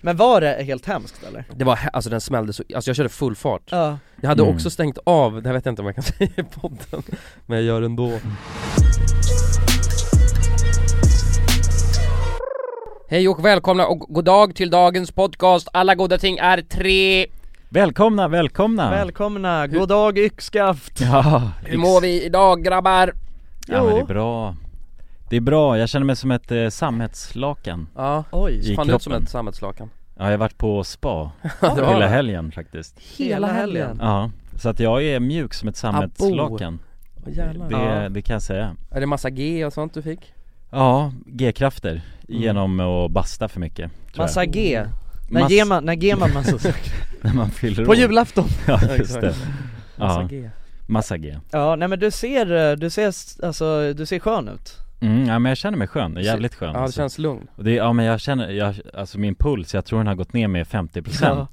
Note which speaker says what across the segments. Speaker 1: Men var det helt hemskt eller?
Speaker 2: Det var, he- alltså den smällde så, alltså jag körde full fart
Speaker 1: Ja,
Speaker 2: Jag hade
Speaker 3: Mm.
Speaker 2: också stängt av, det här vet jag inte om jag kan säga i podden Men jag gör det ändå Hej och välkomna och god dag till dagens podcast Alla goda ting är tre
Speaker 3: Välkomna, välkomna!
Speaker 1: välkomna, god dag yxskaft!
Speaker 3: ja,
Speaker 2: Hur mår vi idag grabbar?
Speaker 3: Ja men det
Speaker 1: Jo.
Speaker 3: är bra Det är bra, jag känner mig som ett eh, sammetslakan
Speaker 2: Ja,
Speaker 1: Oj,
Speaker 3: I
Speaker 2: fan ut som
Speaker 3: kroppen.
Speaker 2: ett sammetslakan
Speaker 3: Ja, jag har varit på spa
Speaker 2: Ja, det var
Speaker 3: hela
Speaker 2: det.
Speaker 3: helgen faktiskt
Speaker 1: Hela helgen.
Speaker 3: Ja, så att jag är mjuk som ett sammetslakan
Speaker 2: Åh, jävlar.
Speaker 3: det, det kan jag säga
Speaker 2: Är det massa G och sånt du fick?
Speaker 3: Ja, G-krafter
Speaker 2: Mm.
Speaker 3: genom att basta för mycket tror
Speaker 1: Massa
Speaker 3: jag.
Speaker 1: G, när
Speaker 3: Mass-
Speaker 1: ger man, när ger man massa saker?
Speaker 3: När man fyller
Speaker 1: På
Speaker 3: år.
Speaker 1: julafton!
Speaker 3: Ja just det,
Speaker 2: Massa
Speaker 3: ja,
Speaker 2: G
Speaker 3: massa G
Speaker 1: Ja, nej men du ser, eh, du ser, s- alltså du ser skön ut
Speaker 3: mm, Ja men jag känner mig skön, jävligt skön
Speaker 2: Ja det
Speaker 3: alltså.
Speaker 2: känns lugnt
Speaker 3: Och det, ja men jag känner, jag, alltså min puls, jag tror den har gått ner med 50%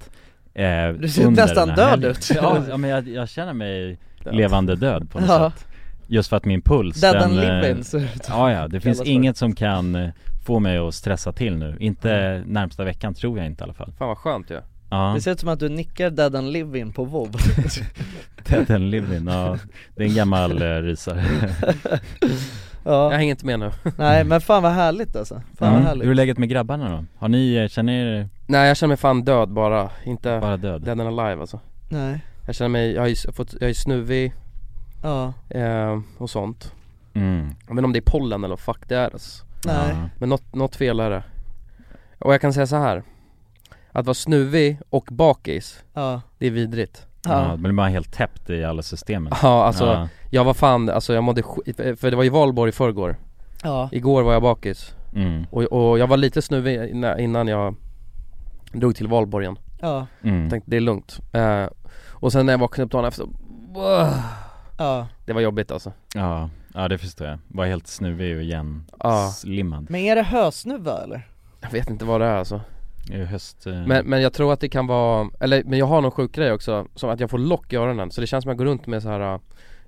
Speaker 3: eh,
Speaker 1: Du ser
Speaker 3: under
Speaker 1: nästan
Speaker 3: den här
Speaker 1: död
Speaker 3: helgen.
Speaker 1: ut.
Speaker 3: Ja, ja men jag, jag känner mig levande död på något
Speaker 1: Ja.
Speaker 3: sätt Just för att min puls
Speaker 1: Dead and
Speaker 3: eh,
Speaker 1: living ser ut
Speaker 3: Ja ja, det finns
Speaker 1: Kallas för.
Speaker 3: inget som kan eh, få mig att stressa till nu, inte närmsta veckan tror jag inte i alla fall
Speaker 2: Fan vad skönt ju ja.
Speaker 3: Ja,
Speaker 1: Det ser ut som att du nickar dead and living på vov
Speaker 3: dead and living, ja, det är en gammal eh, rysare
Speaker 2: Jag
Speaker 1: Ja,
Speaker 2: hänger inte med nu
Speaker 1: nej men fan vad härligt alltså, fan
Speaker 3: Mm.
Speaker 1: vad
Speaker 3: Hur är
Speaker 1: härligt
Speaker 3: läget med grabbarna då? Har ni, eh, känner er
Speaker 2: Nej jag känner mig fan död bara, inte
Speaker 3: bara död?
Speaker 2: dead and alive alltså
Speaker 1: Nej,
Speaker 2: Jag känner mig, jag har ju s- fått, jag är snuvig
Speaker 1: ja,
Speaker 2: eh, och sånt
Speaker 3: Mm.
Speaker 2: Jag vet inte om det är pollen eller vad fuck det är alltså.
Speaker 1: nej,
Speaker 3: Ja.
Speaker 2: Men något, något fel är det Och jag kan säga så här Att vara snuvig och bakis,
Speaker 1: ja,
Speaker 2: det är vidrigt
Speaker 3: Ja,
Speaker 1: ja,
Speaker 3: men man är helt täppt i alla systemen
Speaker 2: Ja alltså,
Speaker 3: Mm. Ja.
Speaker 2: jag var fan, alltså jag mådde skit, för det var ju valborg i förrgår
Speaker 1: ja,
Speaker 2: Igår var jag bakis
Speaker 3: Mm,
Speaker 2: och, och jag var lite snuvig innan innan jag drog till valborgen
Speaker 1: ja,
Speaker 3: mm.
Speaker 2: Tänkte det är lugnt eh, Och sen när jag vaknade upp dagen efter,
Speaker 1: ja
Speaker 2: det var jobbigt alltså
Speaker 3: Ja, ja det förstår jag. Var helt snuvig och
Speaker 2: Ja.
Speaker 3: igenslimmad.
Speaker 1: Men är det hösnuva eller?
Speaker 2: Jag vet inte vad det är alltså
Speaker 3: Det är ju höst... eh,
Speaker 2: Men, men jag tror att det kan vara, eller men jag har någon sjuk grej också, som att jag får lock i öronen så det känns som att jag går runt med så här, äh,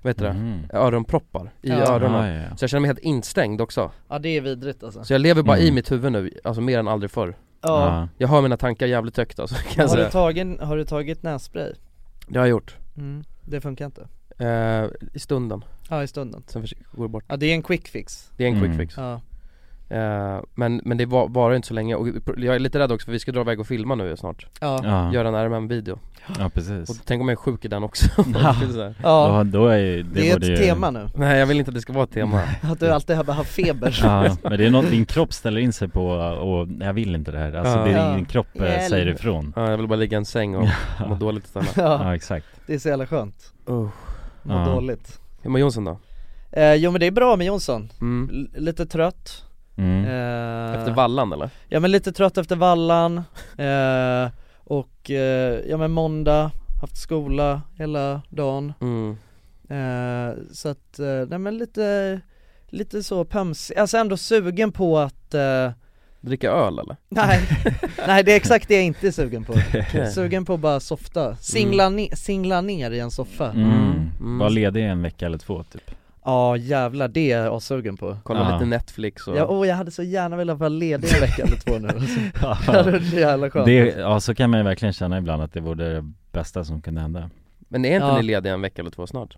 Speaker 2: vad heter det,
Speaker 3: mm.
Speaker 2: öronproppar i
Speaker 1: Ja.
Speaker 2: öronen
Speaker 3: Ja, ja, ja.
Speaker 2: Så jag känner mig helt instängd också,
Speaker 1: Ja det är vidrigt alltså
Speaker 2: så jag lever bara i
Speaker 3: Mm.
Speaker 2: mitt huvud nu, alltså mer än aldrig förr
Speaker 1: Ja,
Speaker 2: Jag hör mina tankar jävligt högt alltså, kan jag
Speaker 1: har, du
Speaker 2: säga
Speaker 1: tagit, har du tagit nässpray?
Speaker 2: Det har jag gjort,
Speaker 1: Mm. Det funkar inte
Speaker 2: eh, i stunden,
Speaker 1: Ja i stunden
Speaker 2: sen försöker- går det bort
Speaker 1: Ja det är en quick fix
Speaker 2: Det är en
Speaker 3: Mm.
Speaker 2: quick fix
Speaker 1: Ja,
Speaker 2: eh, Men, men det var- varar inte så länge, och jag är lite rädd också för vi ska dra iväg och filma nu snart
Speaker 1: ja, ja,
Speaker 3: ja. ja.
Speaker 2: Göra en RMM-video,
Speaker 3: ja
Speaker 2: och
Speaker 3: precis.
Speaker 2: tänk om jag är sjuk i den också
Speaker 3: Ja.
Speaker 2: Det är så här.
Speaker 3: Ja, då är ju-
Speaker 1: Det, är
Speaker 3: borde
Speaker 1: ett
Speaker 3: ju-
Speaker 1: tema nu,
Speaker 2: Nej jag vill inte att det ska vara ett tema
Speaker 1: att du alltid har haft feber
Speaker 3: Ja, men det är något din kropp ställer in sig på och jag vill inte det här. Alltså
Speaker 2: Ja.
Speaker 3: det är
Speaker 1: Ja.
Speaker 3: din kropp eh,
Speaker 1: Hjälp.
Speaker 3: säger ifrån.
Speaker 2: Ja, jag vill bara ligga i en säng och må dåligt istället
Speaker 1: Ja,
Speaker 3: Ja, exakt.
Speaker 1: det är så jävla skönt,
Speaker 2: oh.
Speaker 1: må
Speaker 3: Ja.
Speaker 1: dåligt
Speaker 2: Hur mår Jonsson då?
Speaker 1: eh, Jo men det är bra med Jonsson,
Speaker 2: Mm.
Speaker 1: L- lite trött
Speaker 3: Mm.
Speaker 1: eh,
Speaker 2: Efter vallan eller?
Speaker 1: Ja men lite trött efter vallan, eh, och eh, ja men måndag, haft skola hela dagen
Speaker 2: Mm.
Speaker 1: Eh, så att, eh, nej men lite, lite så pömsig, alltså ändå sugen på att eh,
Speaker 2: Dricka öl eller?
Speaker 1: Nej, nej det är exakt det jag inte är sugen på
Speaker 2: Okej.
Speaker 1: Sugen på att bara softa, singla, ne- singla ner i en soffa Ja
Speaker 3: Mm.
Speaker 2: Mm.
Speaker 3: Var ledig en vecka eller två typ.
Speaker 1: jävlar, det är jag sugen på
Speaker 2: Kolla
Speaker 3: Ja.
Speaker 2: lite Netflix och...
Speaker 1: Ja, åh jag hade så gärna velat vara ledig en vecka eller två nu alltså. Det hade
Speaker 3: Ja.
Speaker 1: varit så jävla skönt
Speaker 3: Det, ja, så kan man ju verkligen känna ibland att det vore det bästa som kunde hända.
Speaker 2: Men är inte
Speaker 1: Ja.
Speaker 2: ni lediga en vecka eller två snart?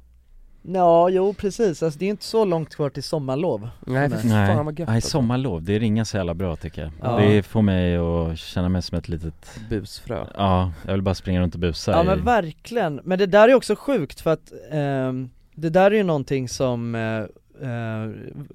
Speaker 1: Ja, jo precis, alltså det är inte så långt kvar till sommarlov
Speaker 2: Nej
Speaker 1: Nej.
Speaker 2: för fan vad gött
Speaker 3: Nej,
Speaker 2: alltså.
Speaker 3: sommarlov, det ringer så jävla bra tycker jag.
Speaker 1: Ja.
Speaker 3: Det får mig att känna mig som ett litet,
Speaker 2: Busfrö
Speaker 3: ja, jag vill bara springa runt och busa
Speaker 1: Ja
Speaker 3: i-
Speaker 1: men verkligen, men det där är också sjukt för att ehm, det där är ju någonting som, eh, eh,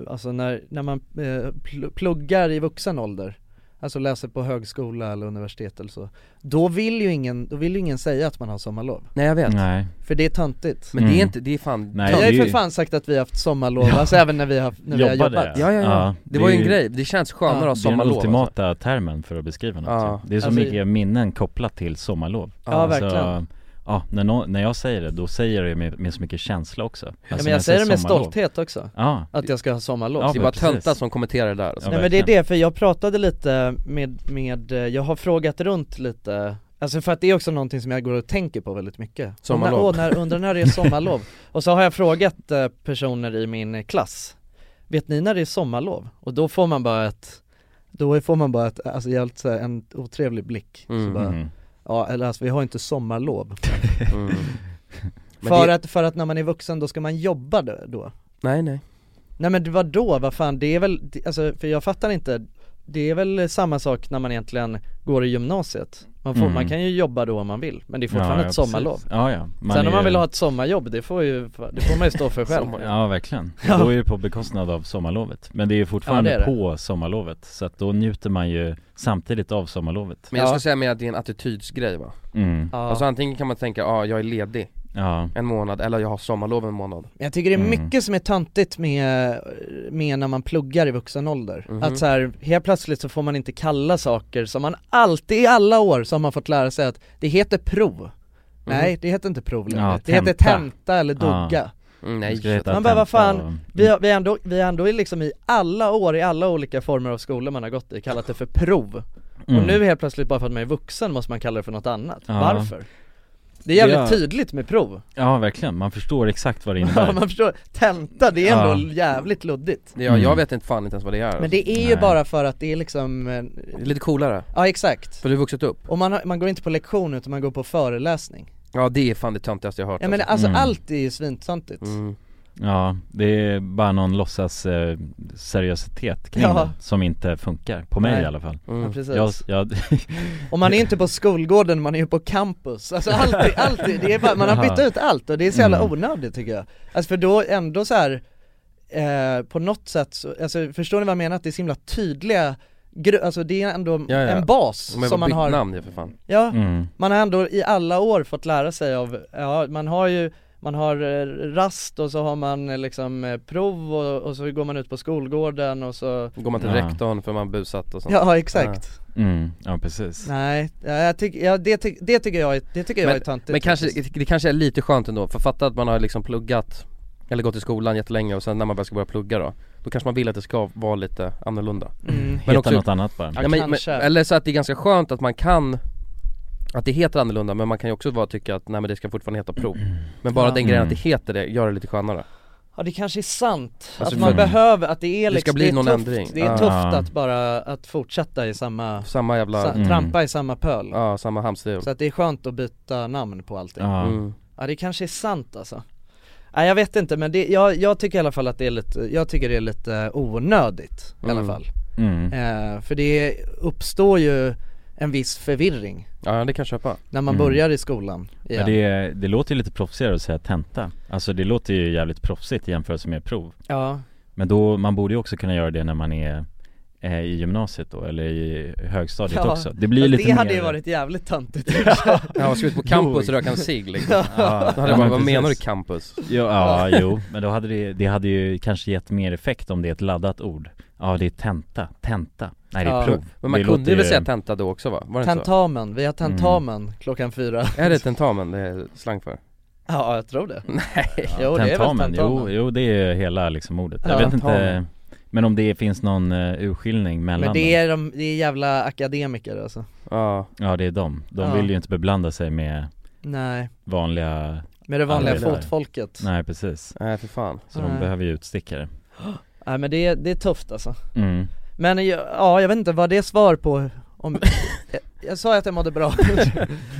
Speaker 1: alltså när, när man eh, pl- pluggar i vuxen ålder, alltså läser på högskola eller universitet eller så, då vill ju ingen, då vill ju ingen säga att man har sommarlov,
Speaker 2: Nej jag vet,
Speaker 3: Nej,
Speaker 1: för det är töntigt
Speaker 2: men det är
Speaker 3: Mm.
Speaker 2: inte, det är fan
Speaker 3: Nej,
Speaker 1: Vi har
Speaker 3: det
Speaker 1: ju
Speaker 3: är
Speaker 1: för fan sagt att vi har haft sommarlov, alltså även när vi har, när vi har
Speaker 3: Jobbade,
Speaker 1: jobbat
Speaker 2: Ja, ja, ja.
Speaker 3: Ja,
Speaker 2: det,
Speaker 3: det
Speaker 2: var ju
Speaker 3: är
Speaker 2: en
Speaker 3: ju-
Speaker 2: grej, det känns skönare att ha
Speaker 3: det är den
Speaker 2: sommarlov alltså.
Speaker 3: ultimata termen för att beskriva något
Speaker 2: Ja.
Speaker 3: Det är så
Speaker 1: Alltså-
Speaker 3: mycket minnen kopplat till sommarlov
Speaker 1: Ja,
Speaker 2: Ja.
Speaker 1: verkligen.
Speaker 3: ja, när, nå- när jag säger det, då säger jag det med, med så mycket känsla också alltså,
Speaker 1: ja,
Speaker 3: när
Speaker 1: men jag säger det med
Speaker 3: sommarlov-
Speaker 1: stolthet också,
Speaker 3: Ja,
Speaker 1: att jag ska ha sommarlov
Speaker 3: Ja,
Speaker 2: Det är bara
Speaker 3: precis.
Speaker 2: töntar som kommenterar det där alltså.
Speaker 3: Ja.
Speaker 1: Nej men det är
Speaker 3: verkligen.
Speaker 1: det, för jag pratade lite med, med, eh, jag har frågat runt lite Alltså för att det är också någonting som jag går och tänker på väldigt mycket
Speaker 2: Sommarlov.
Speaker 1: och när, åh, när, Undrar när det är sommarlov? och så har jag frågat eh, personer i min klass Vet ni när det är sommarlov? Och då får man bara ett då får man bara ett, alltså jävligt så här, en otrevlig blick
Speaker 2: Mm.
Speaker 1: så bara,
Speaker 3: Mhm.
Speaker 1: Ja eller alltså vi har inte sommarlov
Speaker 2: Mm. Men
Speaker 1: för,
Speaker 2: det-
Speaker 1: att, för att när man är vuxen då ska man jobba då, då.
Speaker 2: Nej nej
Speaker 1: Nej men vad då, vad fan, det är väl, det- alltså för jag fattar inte Det är väl samma sak när man egentligen går i gymnasiet Man, får,
Speaker 3: Mm.
Speaker 1: man kan ju jobba då om man vill, men det är fortfarande
Speaker 3: ja,
Speaker 1: ett
Speaker 3: ja,
Speaker 1: sommarlov
Speaker 3: precis. Ja, ja.
Speaker 1: Sen
Speaker 3: är
Speaker 1: om man
Speaker 3: ju-
Speaker 1: vill ha ett sommarjobb, det får ju, det får man ju stå för själv
Speaker 2: Sommar-
Speaker 3: Ja verkligen,
Speaker 1: Ja.
Speaker 3: då är det på bekostnad av sommarlovet Men det är ju fortfarande
Speaker 1: Ja, det är det.
Speaker 3: på sommarlovet Så att då njuter man ju samtidigt av sommarlovet
Speaker 2: Men jag
Speaker 1: Ja.
Speaker 2: skulle säga mer att det är en attitydsgrej va?
Speaker 3: mm.
Speaker 1: Ja.
Speaker 2: Alltså antingen kan man tänka, ja ah, jag är ledig
Speaker 3: Ja,
Speaker 2: en månad eller jag har sommarlov en månad
Speaker 1: Men Jag tycker det är
Speaker 3: Mm.
Speaker 1: mycket som är tantigt med, med när man pluggar i vuxen ålder.
Speaker 2: Mhm.
Speaker 1: Att så här, helt plötsligt så får man inte kalla saker som man alltid i alla år så har man fått lära sig att det heter prov. Nej, det heter inte prov längre.
Speaker 3: Mhm. Ja,
Speaker 1: Det heter
Speaker 3: tenta.
Speaker 1: tenta eller
Speaker 3: Ja.
Speaker 1: dogga.
Speaker 2: Mm,
Speaker 3: det
Speaker 2: nej,
Speaker 3: ska heta
Speaker 1: Man bara, vad
Speaker 3: tenta
Speaker 1: fan,
Speaker 3: och-
Speaker 1: Vi, har, vi, är ändå, vi är ändå i liksom i alla år i alla olika former av skolor man har gått i kallat det för prov.
Speaker 3: Mm.
Speaker 1: Och nu helt plötsligt bara för att man är vuxen måste man kalla det för något annat.
Speaker 3: Ja.
Speaker 1: Varför? Det är jävligt
Speaker 3: Ja.
Speaker 1: tydligt med prov.
Speaker 3: Ja verkligen, man förstår exakt vad det
Speaker 1: Ja,
Speaker 3: innebär
Speaker 1: man förstår, tenta det är ändå
Speaker 3: Ja.
Speaker 1: jävligt luddigt.
Speaker 2: det, jag, jag
Speaker 3: Mm.
Speaker 2: vet inte fan inte ens vad det är
Speaker 1: Men det är ju
Speaker 3: Nej.
Speaker 1: bara för att det är liksom, eh,
Speaker 2: Det är Lite coolare,
Speaker 1: ja exakt.
Speaker 2: för du har vuxit upp
Speaker 1: Och man, har, man går inte på lektion utan man går på föreläsning.
Speaker 2: Ja det är fan det töntigaste jag har hört
Speaker 1: Ja men alltså
Speaker 3: Mm.
Speaker 1: allt är ju svintöntigt.
Speaker 2: alltså. mm.
Speaker 3: Ja, det är bara någon låtsas eh, seriositet kring
Speaker 1: Ja.
Speaker 3: det som inte funkar, på mig
Speaker 1: Nej.
Speaker 3: i alla fall
Speaker 1: Ja,
Speaker 2: Mm.
Speaker 1: precis.
Speaker 3: jag, jag,
Speaker 1: Och man är inte på skolgården, man är ju på campus. Alltså alltid, alltid, det är bara, man har bytt ut allt och det är så jävla
Speaker 3: Mm.
Speaker 1: onödigt tycker jag. Alltså för då ändå så här eh, på något sätt, så, alltså förstår ni vad jag menar? Att det är så himla tydliga, gru- alltså det är ändå
Speaker 2: Ja, ja.
Speaker 1: en bas
Speaker 2: Men vad
Speaker 1: som man
Speaker 2: bytt
Speaker 1: har
Speaker 2: namn ju för fan
Speaker 1: Ja,
Speaker 3: mm.
Speaker 1: Man har ändå i alla år fått lära sig av, ja man har ju man har eh, rast och så har man eh, liksom eh, prov och, och så går man ut på skolgården och så
Speaker 2: Går man till
Speaker 3: Ja.
Speaker 2: rektorn för man busat och sånt
Speaker 1: Ja exakt
Speaker 3: Mm. ja precis
Speaker 1: Nej, ja, jag tyck, ja, det, tyck, det tycker jag är, det tycker jag är töntigt
Speaker 2: Men kanske,
Speaker 1: faktiskt.
Speaker 2: det kanske är lite skönt ändå, för fatta att man har liksom pluggat Eller gått i skolan jättelänge och sen när man väl ska börja plugga då Då kanske man vill att det ska vara lite annorlunda
Speaker 1: mm.
Speaker 2: Men
Speaker 3: Heta
Speaker 2: också-
Speaker 3: något annat bara
Speaker 1: Ja,
Speaker 2: Nej, men,
Speaker 1: kanske.
Speaker 2: men, Eller så att det är ganska skönt att man kan Att det heter annorlunda men man kan ju också bara tycka att nej men det ska fortfarande heta prov Men bara
Speaker 1: Ja.
Speaker 2: den grejen att
Speaker 3: Mm.
Speaker 2: det heter det gör det lite skönare
Speaker 1: Ja det kanske är sant,
Speaker 2: Alltså,
Speaker 1: att man
Speaker 3: för-
Speaker 1: behöver, att det är
Speaker 2: Det ska
Speaker 1: liksom,
Speaker 2: bli
Speaker 1: det är
Speaker 2: någon
Speaker 1: tufft,
Speaker 2: ändring. Ah.
Speaker 1: det är
Speaker 2: Ja.
Speaker 1: tufft att bara, att fortsätta i samma,
Speaker 2: Samma jävla,
Speaker 1: sa,
Speaker 3: Mm.
Speaker 1: trampa i samma pöl
Speaker 2: ja samma hamsterhjul
Speaker 1: Så att det är skönt att byta namn på allting
Speaker 3: Ja,
Speaker 2: mm.
Speaker 1: Ja det kanske är sant alltså Nej jag vet inte men det, jag, jag tycker i alla fall att det är lite, jag tycker det är lite onödigt i alla
Speaker 2: Mm.
Speaker 1: fall
Speaker 3: mm.
Speaker 1: eh, För det uppstår ju en viss förvirring
Speaker 2: Ja det kan jag köpa
Speaker 1: när man
Speaker 3: Mm.
Speaker 1: börjar i skolan igen.
Speaker 3: Men det, det låter ju lite proffsigare att säga tenta Alltså det låter ju jävligt proffsigt i jämförelse med prov
Speaker 1: Ja,
Speaker 3: Men då, man borde ju också kunna göra det när man är eh, i gymnasiet då, eller i högstadiet
Speaker 1: Ja,
Speaker 3: också Det blir ju
Speaker 1: det
Speaker 3: lite mer...
Speaker 1: hade ju varit jävligt töntigt
Speaker 2: Ja man ska ut på campus och röka en cigg liksom
Speaker 3: Ja,
Speaker 2: Då hade jag bara,
Speaker 3: men
Speaker 2: vad
Speaker 3: precis.
Speaker 2: menar du campus?
Speaker 3: Jo, ja, jo, men då hade det, det hade ju kanske gett mer effekt om det är ett laddat ord Ja, det är tenta, tenta, nej det är
Speaker 1: Ja.
Speaker 3: prov
Speaker 2: Men man
Speaker 3: det
Speaker 2: kunde
Speaker 3: låter
Speaker 2: ju väl
Speaker 3: ju-
Speaker 2: säga tenta då också va? Var det inte så? Mm.
Speaker 1: Tentamen, vi har tentamen klockan fyra
Speaker 2: Är det tentamen det är slang för?
Speaker 1: Ja jag tror det
Speaker 2: Nej
Speaker 1: Jo det är väl
Speaker 3: Tentamen,
Speaker 1: tentamen
Speaker 3: jo, jo det är hela liksom ordet
Speaker 1: Ja.
Speaker 3: Jag vet inte
Speaker 2: Tentamen.
Speaker 3: Men om det finns någon uh, urskiljning mellan
Speaker 1: Men det
Speaker 3: dem.
Speaker 1: är, de, det är jävla akademiker alltså
Speaker 2: Ja,
Speaker 3: Ja det är dem, de
Speaker 1: Ja.
Speaker 3: vill ju inte beblanda sig med
Speaker 1: Nej,
Speaker 3: vanliga,
Speaker 1: med det vanliga
Speaker 2: Ja, det är det.
Speaker 1: fotfolket
Speaker 3: nej precis
Speaker 2: nej för fan
Speaker 3: Så
Speaker 1: Nej.
Speaker 3: de behöver ju utstickare
Speaker 1: Nej men det, är- det är tufft alltså
Speaker 3: mm.
Speaker 1: Men jag- ja, jag vet inte, vad det är svar på om... jag, jag sa ju att jag mådde bra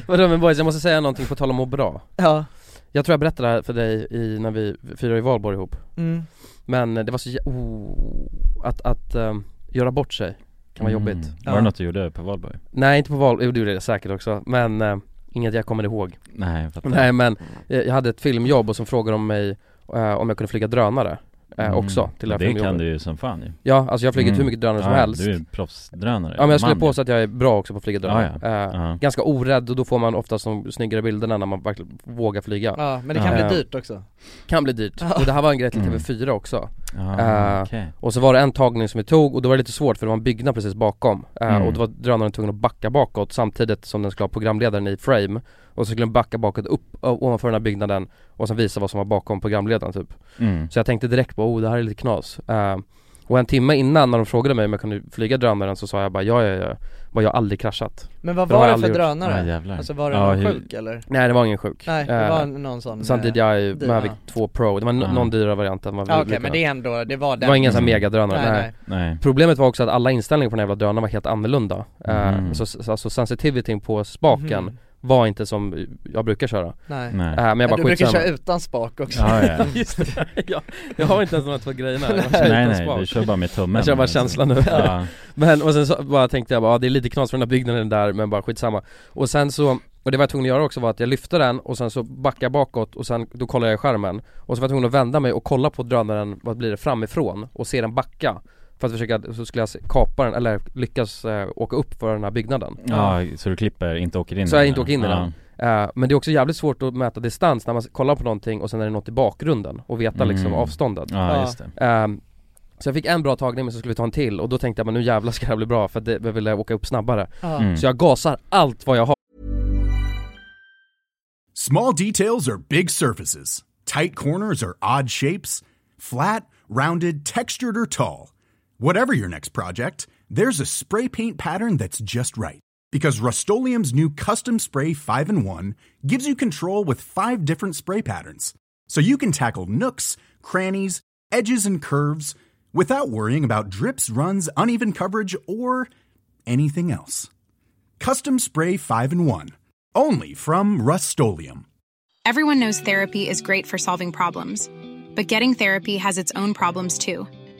Speaker 2: Vadå men boys, jag måste säga någonting på tal om att må bra
Speaker 1: Ja,
Speaker 2: Jag tror jag berättade det här för dig i, när vi firade i valborg ihop
Speaker 1: mm.
Speaker 2: Men det var så jä- oh, att, att ehm, göra bort sig kan vara
Speaker 3: Mm.
Speaker 2: jobbigt
Speaker 3: Var
Speaker 1: Ja.
Speaker 3: det något du gjorde på valborg?
Speaker 2: Nej inte på val, jo det gjorde jag säkert också men ehm, inget jag kommer ihåg
Speaker 3: Nej jag fattar
Speaker 2: Nej men eh, jag jag hade ett filmjobb och som frågade om mig eh, om jag kunde flyga drönare eh,
Speaker 3: Mm.
Speaker 2: också till det här
Speaker 3: Det
Speaker 2: filmjobbet
Speaker 3: kan du ju som fan ju
Speaker 2: Ja alltså jag har flugit
Speaker 3: Mm.
Speaker 2: hur mycket drönare som
Speaker 3: Ja,
Speaker 2: helst
Speaker 3: Du är proffsdrönare
Speaker 2: Ja men jag skulle
Speaker 3: Man,
Speaker 2: påstå att jag är bra också på att flyga drönare
Speaker 3: Ja,
Speaker 2: Eh,
Speaker 3: ja.
Speaker 2: Ganska orädd och då får man oftast de snyggare bilderna när man verkligen vågar flyga
Speaker 1: ja men det kan
Speaker 2: Ja.
Speaker 1: bli dyrt också
Speaker 2: Kan bli dyrt, och det här var en grej till
Speaker 3: Mm.
Speaker 2: TV4 också
Speaker 3: Ja,
Speaker 2: Eh,
Speaker 3: Ah, okej.
Speaker 2: Och så var det en tagning som vi tog och då var det lite svårt för det var en byggnad precis bakom Eh,
Speaker 3: Mm.
Speaker 2: Och då var drönaren tvungen att backa bakåt samtidigt som den skulle ha programledaren i frame Och så skulle den backa bakåt upp ö- ovanför den här byggnaden och sen visa vad som var bakom programledaren typ
Speaker 3: mm.
Speaker 2: Så jag tänkte direkt på oh det här är lite knas Eh, Och en timme innan när de frågade mig om jag kunde flyga drönaren så sa jag bara ja ja ja, bara, jag har aldrig kraschat
Speaker 1: Men vad
Speaker 2: Det har
Speaker 1: var
Speaker 2: jag
Speaker 1: det för
Speaker 2: aldrig gjort.
Speaker 1: drönare?
Speaker 3: jävlar
Speaker 1: alltså var det
Speaker 3: Ja,
Speaker 1: någon
Speaker 3: hur-
Speaker 1: sjuk eller?
Speaker 2: Nej det var ingen sjuk
Speaker 1: Nej, det
Speaker 2: Eh,
Speaker 1: var någon sån
Speaker 2: Sen
Speaker 1: eh,
Speaker 2: DJI
Speaker 1: dyra.
Speaker 2: Mavic 2 Pro, det var n-
Speaker 3: Ah.
Speaker 2: någon dyrare variant än vad vi
Speaker 1: Ja, Okej
Speaker 2: brukar
Speaker 1: men
Speaker 2: ha.
Speaker 1: det är ändå, det var
Speaker 2: Det
Speaker 1: den
Speaker 2: var ingen sån här
Speaker 3: Mm.
Speaker 2: megadrönare,
Speaker 1: Nej
Speaker 2: nej,
Speaker 1: nej,
Speaker 3: Nej
Speaker 2: Problemet var också att alla inställningar på den här jävla drönaren var helt annorlunda Eh,
Speaker 3: Mm.
Speaker 2: så, så, Alltså sensitivityn på spaken
Speaker 1: Mhm.
Speaker 2: var inte som jag brukar köra
Speaker 1: Nej,
Speaker 3: Nej
Speaker 2: Eh, Men jag
Speaker 1: Ja,
Speaker 2: bara
Speaker 1: Du brukar
Speaker 2: skitsamma
Speaker 1: köra utan spak också
Speaker 3: Ja, ja.
Speaker 2: Just det, jag, jag har inte ens de här två grejerna Jag kör
Speaker 3: Nej
Speaker 2: utan
Speaker 3: nej,
Speaker 2: smak.
Speaker 3: du kör bara med tummen Alltså.
Speaker 2: Jag kör bara känslan nu
Speaker 3: Ja,
Speaker 2: Men och sen så bara tänkte jag bara, ja, det är lite knas för den här byggnaden där men bara skitsamma Och sen så, och det var jag tvungen att göra också var att jag lyfte den och sen så backade jag bakåt och sen då kollade jag i skärmen Och så var jag tvungen att vända mig och kolla på drönaren, vad blir det, framifrån och se den backa För att försöka, så skulle jag se- kapa den eller lyckas eh, åka upp för den här byggnaden
Speaker 3: ja, så du klipper, inte åker in
Speaker 2: Så
Speaker 3: i
Speaker 2: jag
Speaker 3: den.
Speaker 2: inte åker in i
Speaker 3: Ja.
Speaker 2: den. Eh, Men det är också jävligt svårt att mäta distans när man kollar på någonting och sen är det något i bakgrunden och veta liksom
Speaker 3: Mm.
Speaker 2: avståndet
Speaker 1: Ja.
Speaker 3: Ja, just det
Speaker 2: Ehm, så jag fick en bra tagning men så skulle vi ta en till och då tänkte jag men nu jävlar ska det här bli bra för att det, jag ville åka upp snabbare
Speaker 1: Ja.
Speaker 3: Mm.
Speaker 2: Så jag gasar allt vad jag har
Speaker 4: Small details are big surfaces. Tight corners are odd shapes. Flat, rounded, textured, or tall. Whatever your next project, there's a spray paint pattern that's just right. Because Rust new Custom Spray 5 in 1 gives you control with five different spray patterns. So you can tackle nooks, crannies, edges, and curves without worrying about drips, runs, uneven coverage, or anything else. Custom Spray 5 in 1. Only from Rust
Speaker 5: Everyone knows therapy is great for solving problems, but getting therapy has its own problems too,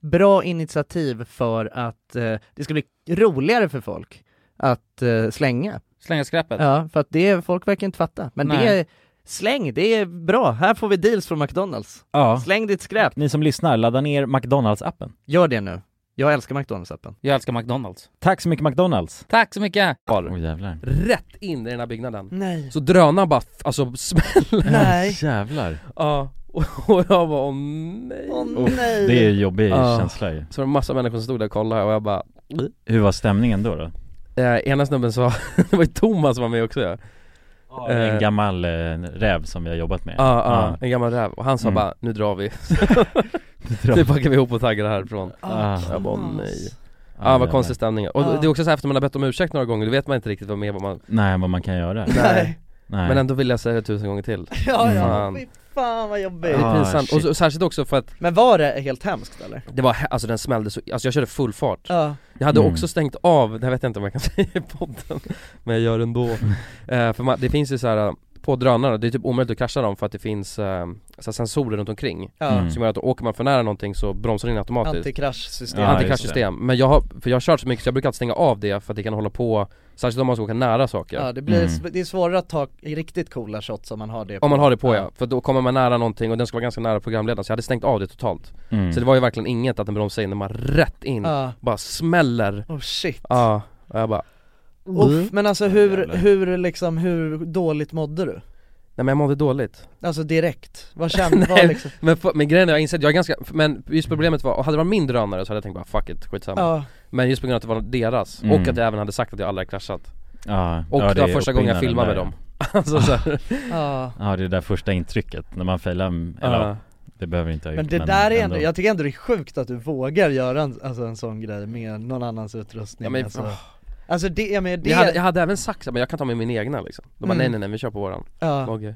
Speaker 1: bra initiativ för att eh, det ska bli roligare för folk att eh, slänga.
Speaker 6: Slänga skräpet.
Speaker 1: Ja, för att det, folk verkar inte fatta. Men det
Speaker 6: Nej.
Speaker 1: är, släng, det är bra. Här får vi deals från McDonalds.
Speaker 3: Ja,
Speaker 1: Släng ditt skräp.
Speaker 3: ni som lyssnar, ladda ner McDonalds-appen.
Speaker 1: Gör det nu. Jag älskar McDonalds-appen.
Speaker 6: Jag älskar McDonalds.
Speaker 3: Tack så mycket McDonalds!
Speaker 6: Tack så mycket!
Speaker 2: Har
Speaker 3: jävlar.
Speaker 2: rätt in i den här byggnaden
Speaker 1: Nej.
Speaker 2: Så drönaren bara, f- alltså smäller
Speaker 1: Nej.
Speaker 3: Jävlar.
Speaker 2: Ja, och och jag bara åh nej
Speaker 1: Åh
Speaker 3: Uff,
Speaker 1: nej.
Speaker 3: Det är ju jobbig
Speaker 2: Ja.
Speaker 3: känsla ju.
Speaker 2: Så det var massa människor som stod där och kollade och jag bara
Speaker 3: Hur var stämningen då? då?
Speaker 2: eh, Ena snubben sa, det var ju Thomas som var med också ja
Speaker 3: En
Speaker 2: Eh,
Speaker 3: gammal eh, räv som vi har jobbat med.
Speaker 2: Ja, ja, en gammal räv och han sa
Speaker 3: Mm.
Speaker 2: bara nu drar vi,
Speaker 3: Dra-
Speaker 2: nu packar vi ihop och taggar härifrån
Speaker 3: Ah.
Speaker 2: Jag bara nej Ja
Speaker 3: jävlar.
Speaker 2: vad konstig stämning, och
Speaker 1: Ja.
Speaker 2: det är också så här, efter man har bett om ursäkt några gånger, då vet man inte riktigt vad med vad man
Speaker 3: Nej, vad man kan göra.
Speaker 1: Nej.
Speaker 3: Nej.
Speaker 2: Men ändå vill jag säga det tusen gånger till
Speaker 1: Ja ja,
Speaker 2: Fan.
Speaker 1: fy fan vad
Speaker 2: Det
Speaker 1: jobbigt
Speaker 3: Ja.
Speaker 2: är
Speaker 3: Ah,
Speaker 2: pinsamt, och
Speaker 3: shit.
Speaker 2: så, särskilt också för att
Speaker 1: Men var det helt hemskt eller?
Speaker 2: det var, he- alltså den smällde så, alltså jag körde full fart
Speaker 1: Ja,
Speaker 2: Jag hade
Speaker 3: Mm.
Speaker 2: också stängt av, det här vet jag inte om jag kan säga i podden Men jag gör det ändå eh, För man, det finns ju så här på drönare, det är typ omöjligt att krascha dem för att det finns eh, så här sensorer runt omkring
Speaker 1: ja,
Speaker 3: Mm.
Speaker 2: Som gör att åker man för nära någonting så bromsar den in automatiskt
Speaker 1: antikraschsystem
Speaker 3: Ja,
Speaker 2: Antikraschsystem, men jag har, för jag har kört så mycket så jag brukar alltid stänga av det för att det kan hålla på Särskilt om man ska åka nära saker
Speaker 1: Ja det blir,
Speaker 3: Mm.
Speaker 1: det är svårare att ta riktigt coola shots om man har det
Speaker 2: Om man har det på
Speaker 1: Ja.
Speaker 2: ja, för då kommer man nära någonting och den ska vara ganska nära programledaren så jag hade stängt av det totalt
Speaker 3: Mm.
Speaker 2: Så det var ju verkligen inget att den bromsade in, den bara rätt in,
Speaker 1: Ja,
Speaker 2: bara smäller
Speaker 1: oh shit
Speaker 2: Ja, och jag bara
Speaker 1: Uff, men alltså hur,
Speaker 2: Ah. Jävlar.
Speaker 1: hur liksom, hur dåligt mådde du?
Speaker 2: Nej men jag mådde dåligt
Speaker 1: Alltså direkt, vad kände, vad
Speaker 2: Nej.
Speaker 1: liksom?
Speaker 2: Men, för, men grejen är jag insett, jag är ganska, men just problemet var, och hade det varit min drönare så hade jag tänkt bara fuck it, skitsamma
Speaker 1: Ja,
Speaker 2: Men just på grund av att det var deras,
Speaker 3: Mm.
Speaker 2: och att jag även hade sagt att jag aldrig hade kraschat
Speaker 3: ja.
Speaker 2: Och
Speaker 3: ja,
Speaker 2: det var
Speaker 3: är
Speaker 2: första gången jag
Speaker 3: uppinnande
Speaker 2: filmade
Speaker 3: där.
Speaker 2: med dem Alltså såhär,
Speaker 1: ja
Speaker 3: Ja det är det där första intrycket när man failar, eller
Speaker 2: ja.
Speaker 3: det behöver vi inte ha gjort
Speaker 1: Men det där är typ
Speaker 3: ändå.
Speaker 1: ändå, jag tycker ändå det är sjukt att du vågar göra en, alltså en sån grej med någon annans utrustning
Speaker 2: Ja, men-
Speaker 1: alltså.
Speaker 2: åh.
Speaker 1: alltså det, jag menar det,
Speaker 2: jag, hade, jag hade även sagt såhär, men jag kan ta med min egna liksom De bara
Speaker 1: Mm.
Speaker 2: nej nej nej, vi kör på våran,
Speaker 1: ja.
Speaker 2: okej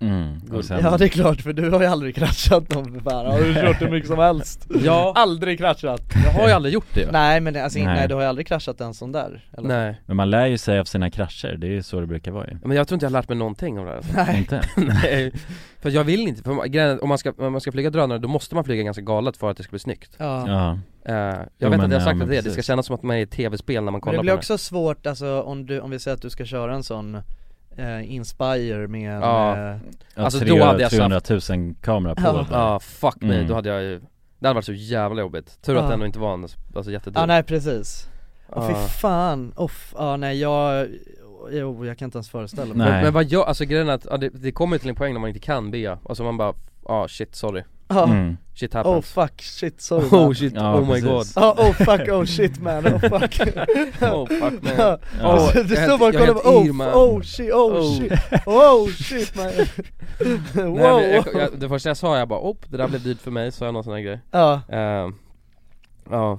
Speaker 3: mm. och sen,
Speaker 1: ja det är klart för du har ju aldrig kraschat någon för fan, har du kört hur mycket som helst?
Speaker 2: Ja,
Speaker 1: Aldrig kraschat!
Speaker 2: jag har ju aldrig gjort det
Speaker 1: Nej men alltså, nej.
Speaker 3: Nej.
Speaker 1: du har ju aldrig kraschat en sån där, eller?
Speaker 2: Nej,
Speaker 3: Men man lär ju sig av sina krascher, det är ju så det brukar vara ju
Speaker 2: men jag tror inte jag har lärt mig någonting om det här alltså.
Speaker 1: Nej.
Speaker 3: Inte?
Speaker 2: Nej, för jag vill inte, för grejen, är, om, man ska, om man ska flyga drönare då måste man flyga ganska galet för att det ska bli snyggt
Speaker 1: Ja.
Speaker 3: Ja,
Speaker 2: Eh, Jag
Speaker 3: Jo,
Speaker 2: vet
Speaker 3: men,
Speaker 2: att jag har
Speaker 3: ja,
Speaker 2: sagt
Speaker 3: men
Speaker 2: att det, är, det
Speaker 3: precis.
Speaker 2: ska kännas som att man är i ett tv-spel när man
Speaker 1: Men
Speaker 2: kollar
Speaker 1: det blir
Speaker 2: på det
Speaker 1: också svårt alltså om du, om vi säger att du ska köra en sån eh, Inspire med en,
Speaker 2: Ja.
Speaker 1: eh,
Speaker 2: Alltså,
Speaker 3: alltså
Speaker 2: då
Speaker 3: 300,
Speaker 2: hade jag
Speaker 3: 300 000 kamera på
Speaker 1: Ja.
Speaker 3: bara.
Speaker 2: Ja, fuck me,
Speaker 3: Mm.
Speaker 2: då hade jag ju Det hade varit så jävla jobbigt, tur
Speaker 1: Ja.
Speaker 2: att den inte var en, alltså jättedyr
Speaker 1: ja nej precis Ja
Speaker 2: Ja.
Speaker 1: fy fan, off, ja nej jag, jo jag kan inte ens föreställa mig
Speaker 3: Nej.
Speaker 2: Men, men vad jag, alltså grejen är att, ja, det, det kommer ju till en poäng när man inte kan bea, alltså man bara, ja ah, shit sorry,
Speaker 1: Ja,
Speaker 3: Mm.
Speaker 2: shit
Speaker 1: oh
Speaker 2: happens
Speaker 1: fuck, shit sorry
Speaker 2: Oh,
Speaker 1: man.
Speaker 2: shit,
Speaker 3: Ja,
Speaker 2: oh my
Speaker 3: precis.
Speaker 2: god
Speaker 1: Ja, oh fuck, oh shit man, oh fuck
Speaker 2: Oh fuck man
Speaker 1: Ja,
Speaker 3: Ja.
Speaker 1: alltså,
Speaker 2: jag
Speaker 1: Du
Speaker 2: heter-
Speaker 1: står bara och
Speaker 2: jag
Speaker 1: kollar
Speaker 2: heter
Speaker 1: på, oh,
Speaker 2: Irma.
Speaker 1: oh shit, oh,
Speaker 2: Oh.
Speaker 1: shit, oh shit man Wow,
Speaker 2: Nej, men jag, jag, det första jag sa jag bara, oh, det där blev dyrt för mig, sa jag någon sån här grej
Speaker 1: ja,
Speaker 2: Eh, Ja,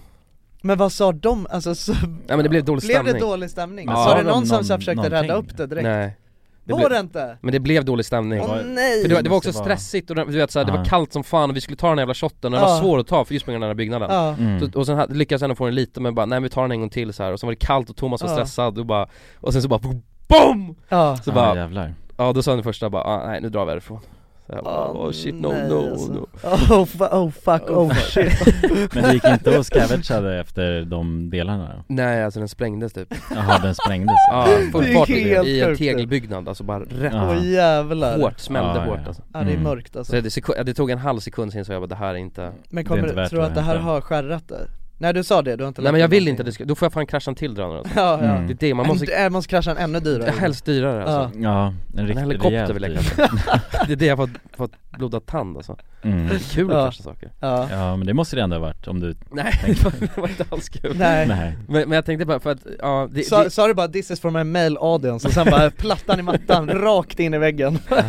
Speaker 1: men vad sa de, alltså så,
Speaker 2: ja men det blev dålig
Speaker 1: blev
Speaker 2: stämning
Speaker 1: det dålig stämning?
Speaker 3: Ja,
Speaker 1: Sa det
Speaker 3: de-
Speaker 1: någon som så här
Speaker 3: någon-
Speaker 1: försökte rädda
Speaker 3: någonting.
Speaker 1: upp det direkt?
Speaker 2: Nej det
Speaker 1: Var
Speaker 2: blev,
Speaker 1: det inte?
Speaker 2: Men det blev dålig stämning
Speaker 1: Åh
Speaker 3: var-
Speaker 1: nej!
Speaker 2: För det, var- det var också
Speaker 3: måste vara-
Speaker 2: stressigt och du vet såhär, det var
Speaker 3: Ja.
Speaker 2: kallt som fan och vi skulle ta den här jävla shotten och den
Speaker 1: Ja.
Speaker 2: var svår att ta för just på grund av den här byggnaden
Speaker 1: Ja,
Speaker 3: Mm.
Speaker 2: Så, och sen ha- lyckades jag ändå få den lite men bara nej vi tar den en gång till så här. och sen var det kallt och Thomas var
Speaker 1: Ja.
Speaker 2: stressad och bara Och sen så bara bo- BOOM! Så
Speaker 1: ja
Speaker 3: Ah, Mm. ja,
Speaker 2: bara,
Speaker 3: jävlar
Speaker 2: ja då sa den första bara ah, nej nu drar vi härifrån så jag bara, oh, shit no
Speaker 1: nej,
Speaker 2: no
Speaker 1: alltså.
Speaker 2: no
Speaker 1: Oh, fu- oh fuck, oh shit
Speaker 3: Men det gick inte att scavengea efter de delarna då?
Speaker 2: Nej alltså den sprängdes typ
Speaker 3: Jaha, den sprängdes Mm.
Speaker 2: Ja
Speaker 1: Det är
Speaker 2: full fart typ, i
Speaker 1: helt
Speaker 2: den, i en
Speaker 1: sjukt.
Speaker 2: tegelbyggnad alltså bara rätt
Speaker 3: Ja.
Speaker 1: Åh jävlar
Speaker 2: hårt, smällde
Speaker 3: Ja, ja,
Speaker 2: hårt
Speaker 3: ja.
Speaker 2: alltså
Speaker 1: Ja det är
Speaker 3: Mm.
Speaker 1: mörkt alltså
Speaker 2: Så det, seku- det tog en halv sekund sen så jag bara det här är inte
Speaker 1: Men
Speaker 3: Det är inte
Speaker 1: kommer du,
Speaker 3: värt
Speaker 1: tror du
Speaker 3: att
Speaker 1: att det här
Speaker 3: hämta.
Speaker 1: har skärrat dig? Nej du sa det, du har inte
Speaker 2: Nej
Speaker 1: lärt
Speaker 2: men
Speaker 1: dig
Speaker 2: jag vill inte
Speaker 1: någonting.
Speaker 2: det, ska- då får jag fan krascha en till drönare alltså.
Speaker 1: Ja, ja
Speaker 2: Det är
Speaker 3: Mm.
Speaker 2: det, man måste,
Speaker 1: Men Jag måste krascha en ännu dyrare
Speaker 2: helst dyrare alltså
Speaker 1: Ja.
Speaker 3: Ja, en riktig
Speaker 2: helikopter
Speaker 3: rejäl
Speaker 2: vill jag
Speaker 3: bil.
Speaker 2: Det är det jag fått, fått blodad tand alltså
Speaker 3: mm.
Speaker 2: Kul att
Speaker 1: Ja.
Speaker 2: krascha saker
Speaker 1: Ja,
Speaker 3: Ja men det måste det ändå ha varit om du,
Speaker 2: Nej det var, det var inte alls kul
Speaker 1: nej, Mm.
Speaker 3: nej
Speaker 2: Men, men jag tänkte bara för att, ja det,
Speaker 1: Sa,
Speaker 2: det,
Speaker 1: sa du bara 'this is for my male audience' och sen bara plattan i mattan, rakt in i väggen
Speaker 2: ja,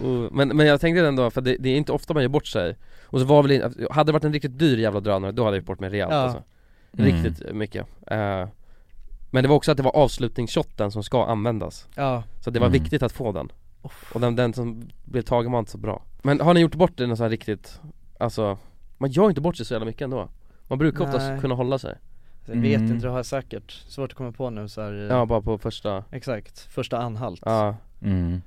Speaker 2: oh, men, men jag tänkte ändå, för det, det är inte ofta man gör bort sig Och så var väl, in- hade det varit en riktigt dyr jävla drönare då hade jag gjort bort mig rejält
Speaker 1: Ja.
Speaker 2: alltså
Speaker 3: Mm.
Speaker 2: Riktigt mycket Eh, Men det var också att det var avslutningsshotten som ska användas
Speaker 1: Ja,
Speaker 2: Så det var
Speaker 3: Mm.
Speaker 2: viktigt att få den Och den, den som blev tagen var inte så bra Men har ni gjort bort er något så här riktigt, alltså Man gör inte bort sig så jävla mycket ändå Man brukar
Speaker 1: Nej.
Speaker 2: oftast kunna hålla sig
Speaker 1: jag vet
Speaker 3: Mm.
Speaker 1: inte, det har jag säkert svårt att komma på nu så här, i-
Speaker 2: Ja bara på första,
Speaker 1: exakt, första anhalt
Speaker 2: ja
Speaker 3: Mm.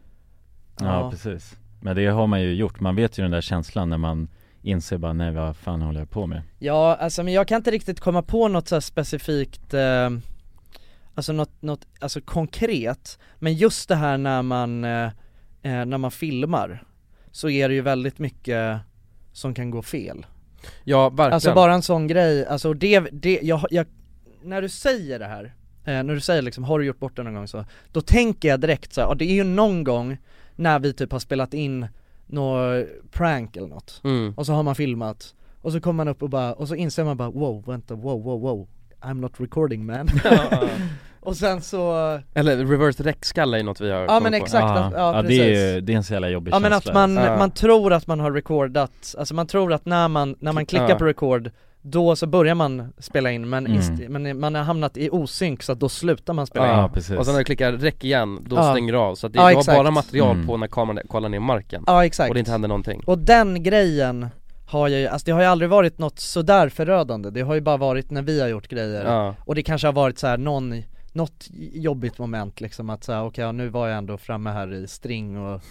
Speaker 3: Ja,
Speaker 1: Ja.
Speaker 3: precis. Men det har man ju gjort, man vet ju den där känslan när man inser bara nej vad fan håller jag på med?
Speaker 1: Ja, alltså men jag kan inte riktigt komma på något så här specifikt eh, Alltså något, något alltså konkret Men just det här när man, eh, eh, när man filmar Så är det ju väldigt mycket som kan gå fel
Speaker 2: Ja verkligen
Speaker 1: Alltså bara en sån grej, alltså och det, det jag, jag, när du säger det här eh, När du säger liksom, har du gjort bort det någon gång så Då tänker jag direkt så här, ja, det är ju någon gång när vi typ har spelat in någon prank eller något
Speaker 2: mm.
Speaker 1: och så har man filmat och så kommer man upp och bara, och så inser man bara wow, vänta, wow, wow, wow I'm not recording man Och sen så,
Speaker 2: Eller reverse räckskalle är något vi har
Speaker 1: ja
Speaker 2: kommit
Speaker 1: men
Speaker 2: på.
Speaker 1: exakt,
Speaker 3: ja,
Speaker 1: att, ja, precis
Speaker 3: det är ju, det är en så jävla jobbig
Speaker 1: Ja men
Speaker 3: känsla
Speaker 1: att man,
Speaker 2: Ja.
Speaker 1: man tror att man har recordat, alltså man tror att när man, när man klickar
Speaker 2: Ja.
Speaker 1: på record då så börjar man spela in men,
Speaker 3: Mm.
Speaker 1: inst- men man har hamnat i osynk så att då slutar man spela in
Speaker 3: Ja, precis.
Speaker 2: Och sen när du klickar räck igen, då
Speaker 1: Ja.
Speaker 2: stänger du av så att det,
Speaker 1: Ja,
Speaker 2: du har
Speaker 1: exakt.
Speaker 2: bara material
Speaker 3: Mm.
Speaker 2: på när kameran kollar ner i marken
Speaker 1: Ja exakt
Speaker 2: och det inte händer någonting
Speaker 1: Och den grejen har jag ju, alltså det har ju aldrig varit något sådär förödande, det har ju bara varit när vi har gjort grejer
Speaker 2: Ja,
Speaker 1: Och det kanske har varit så här någon, något jobbigt moment liksom att säga okej ja, nu var jag ändå framme här i string och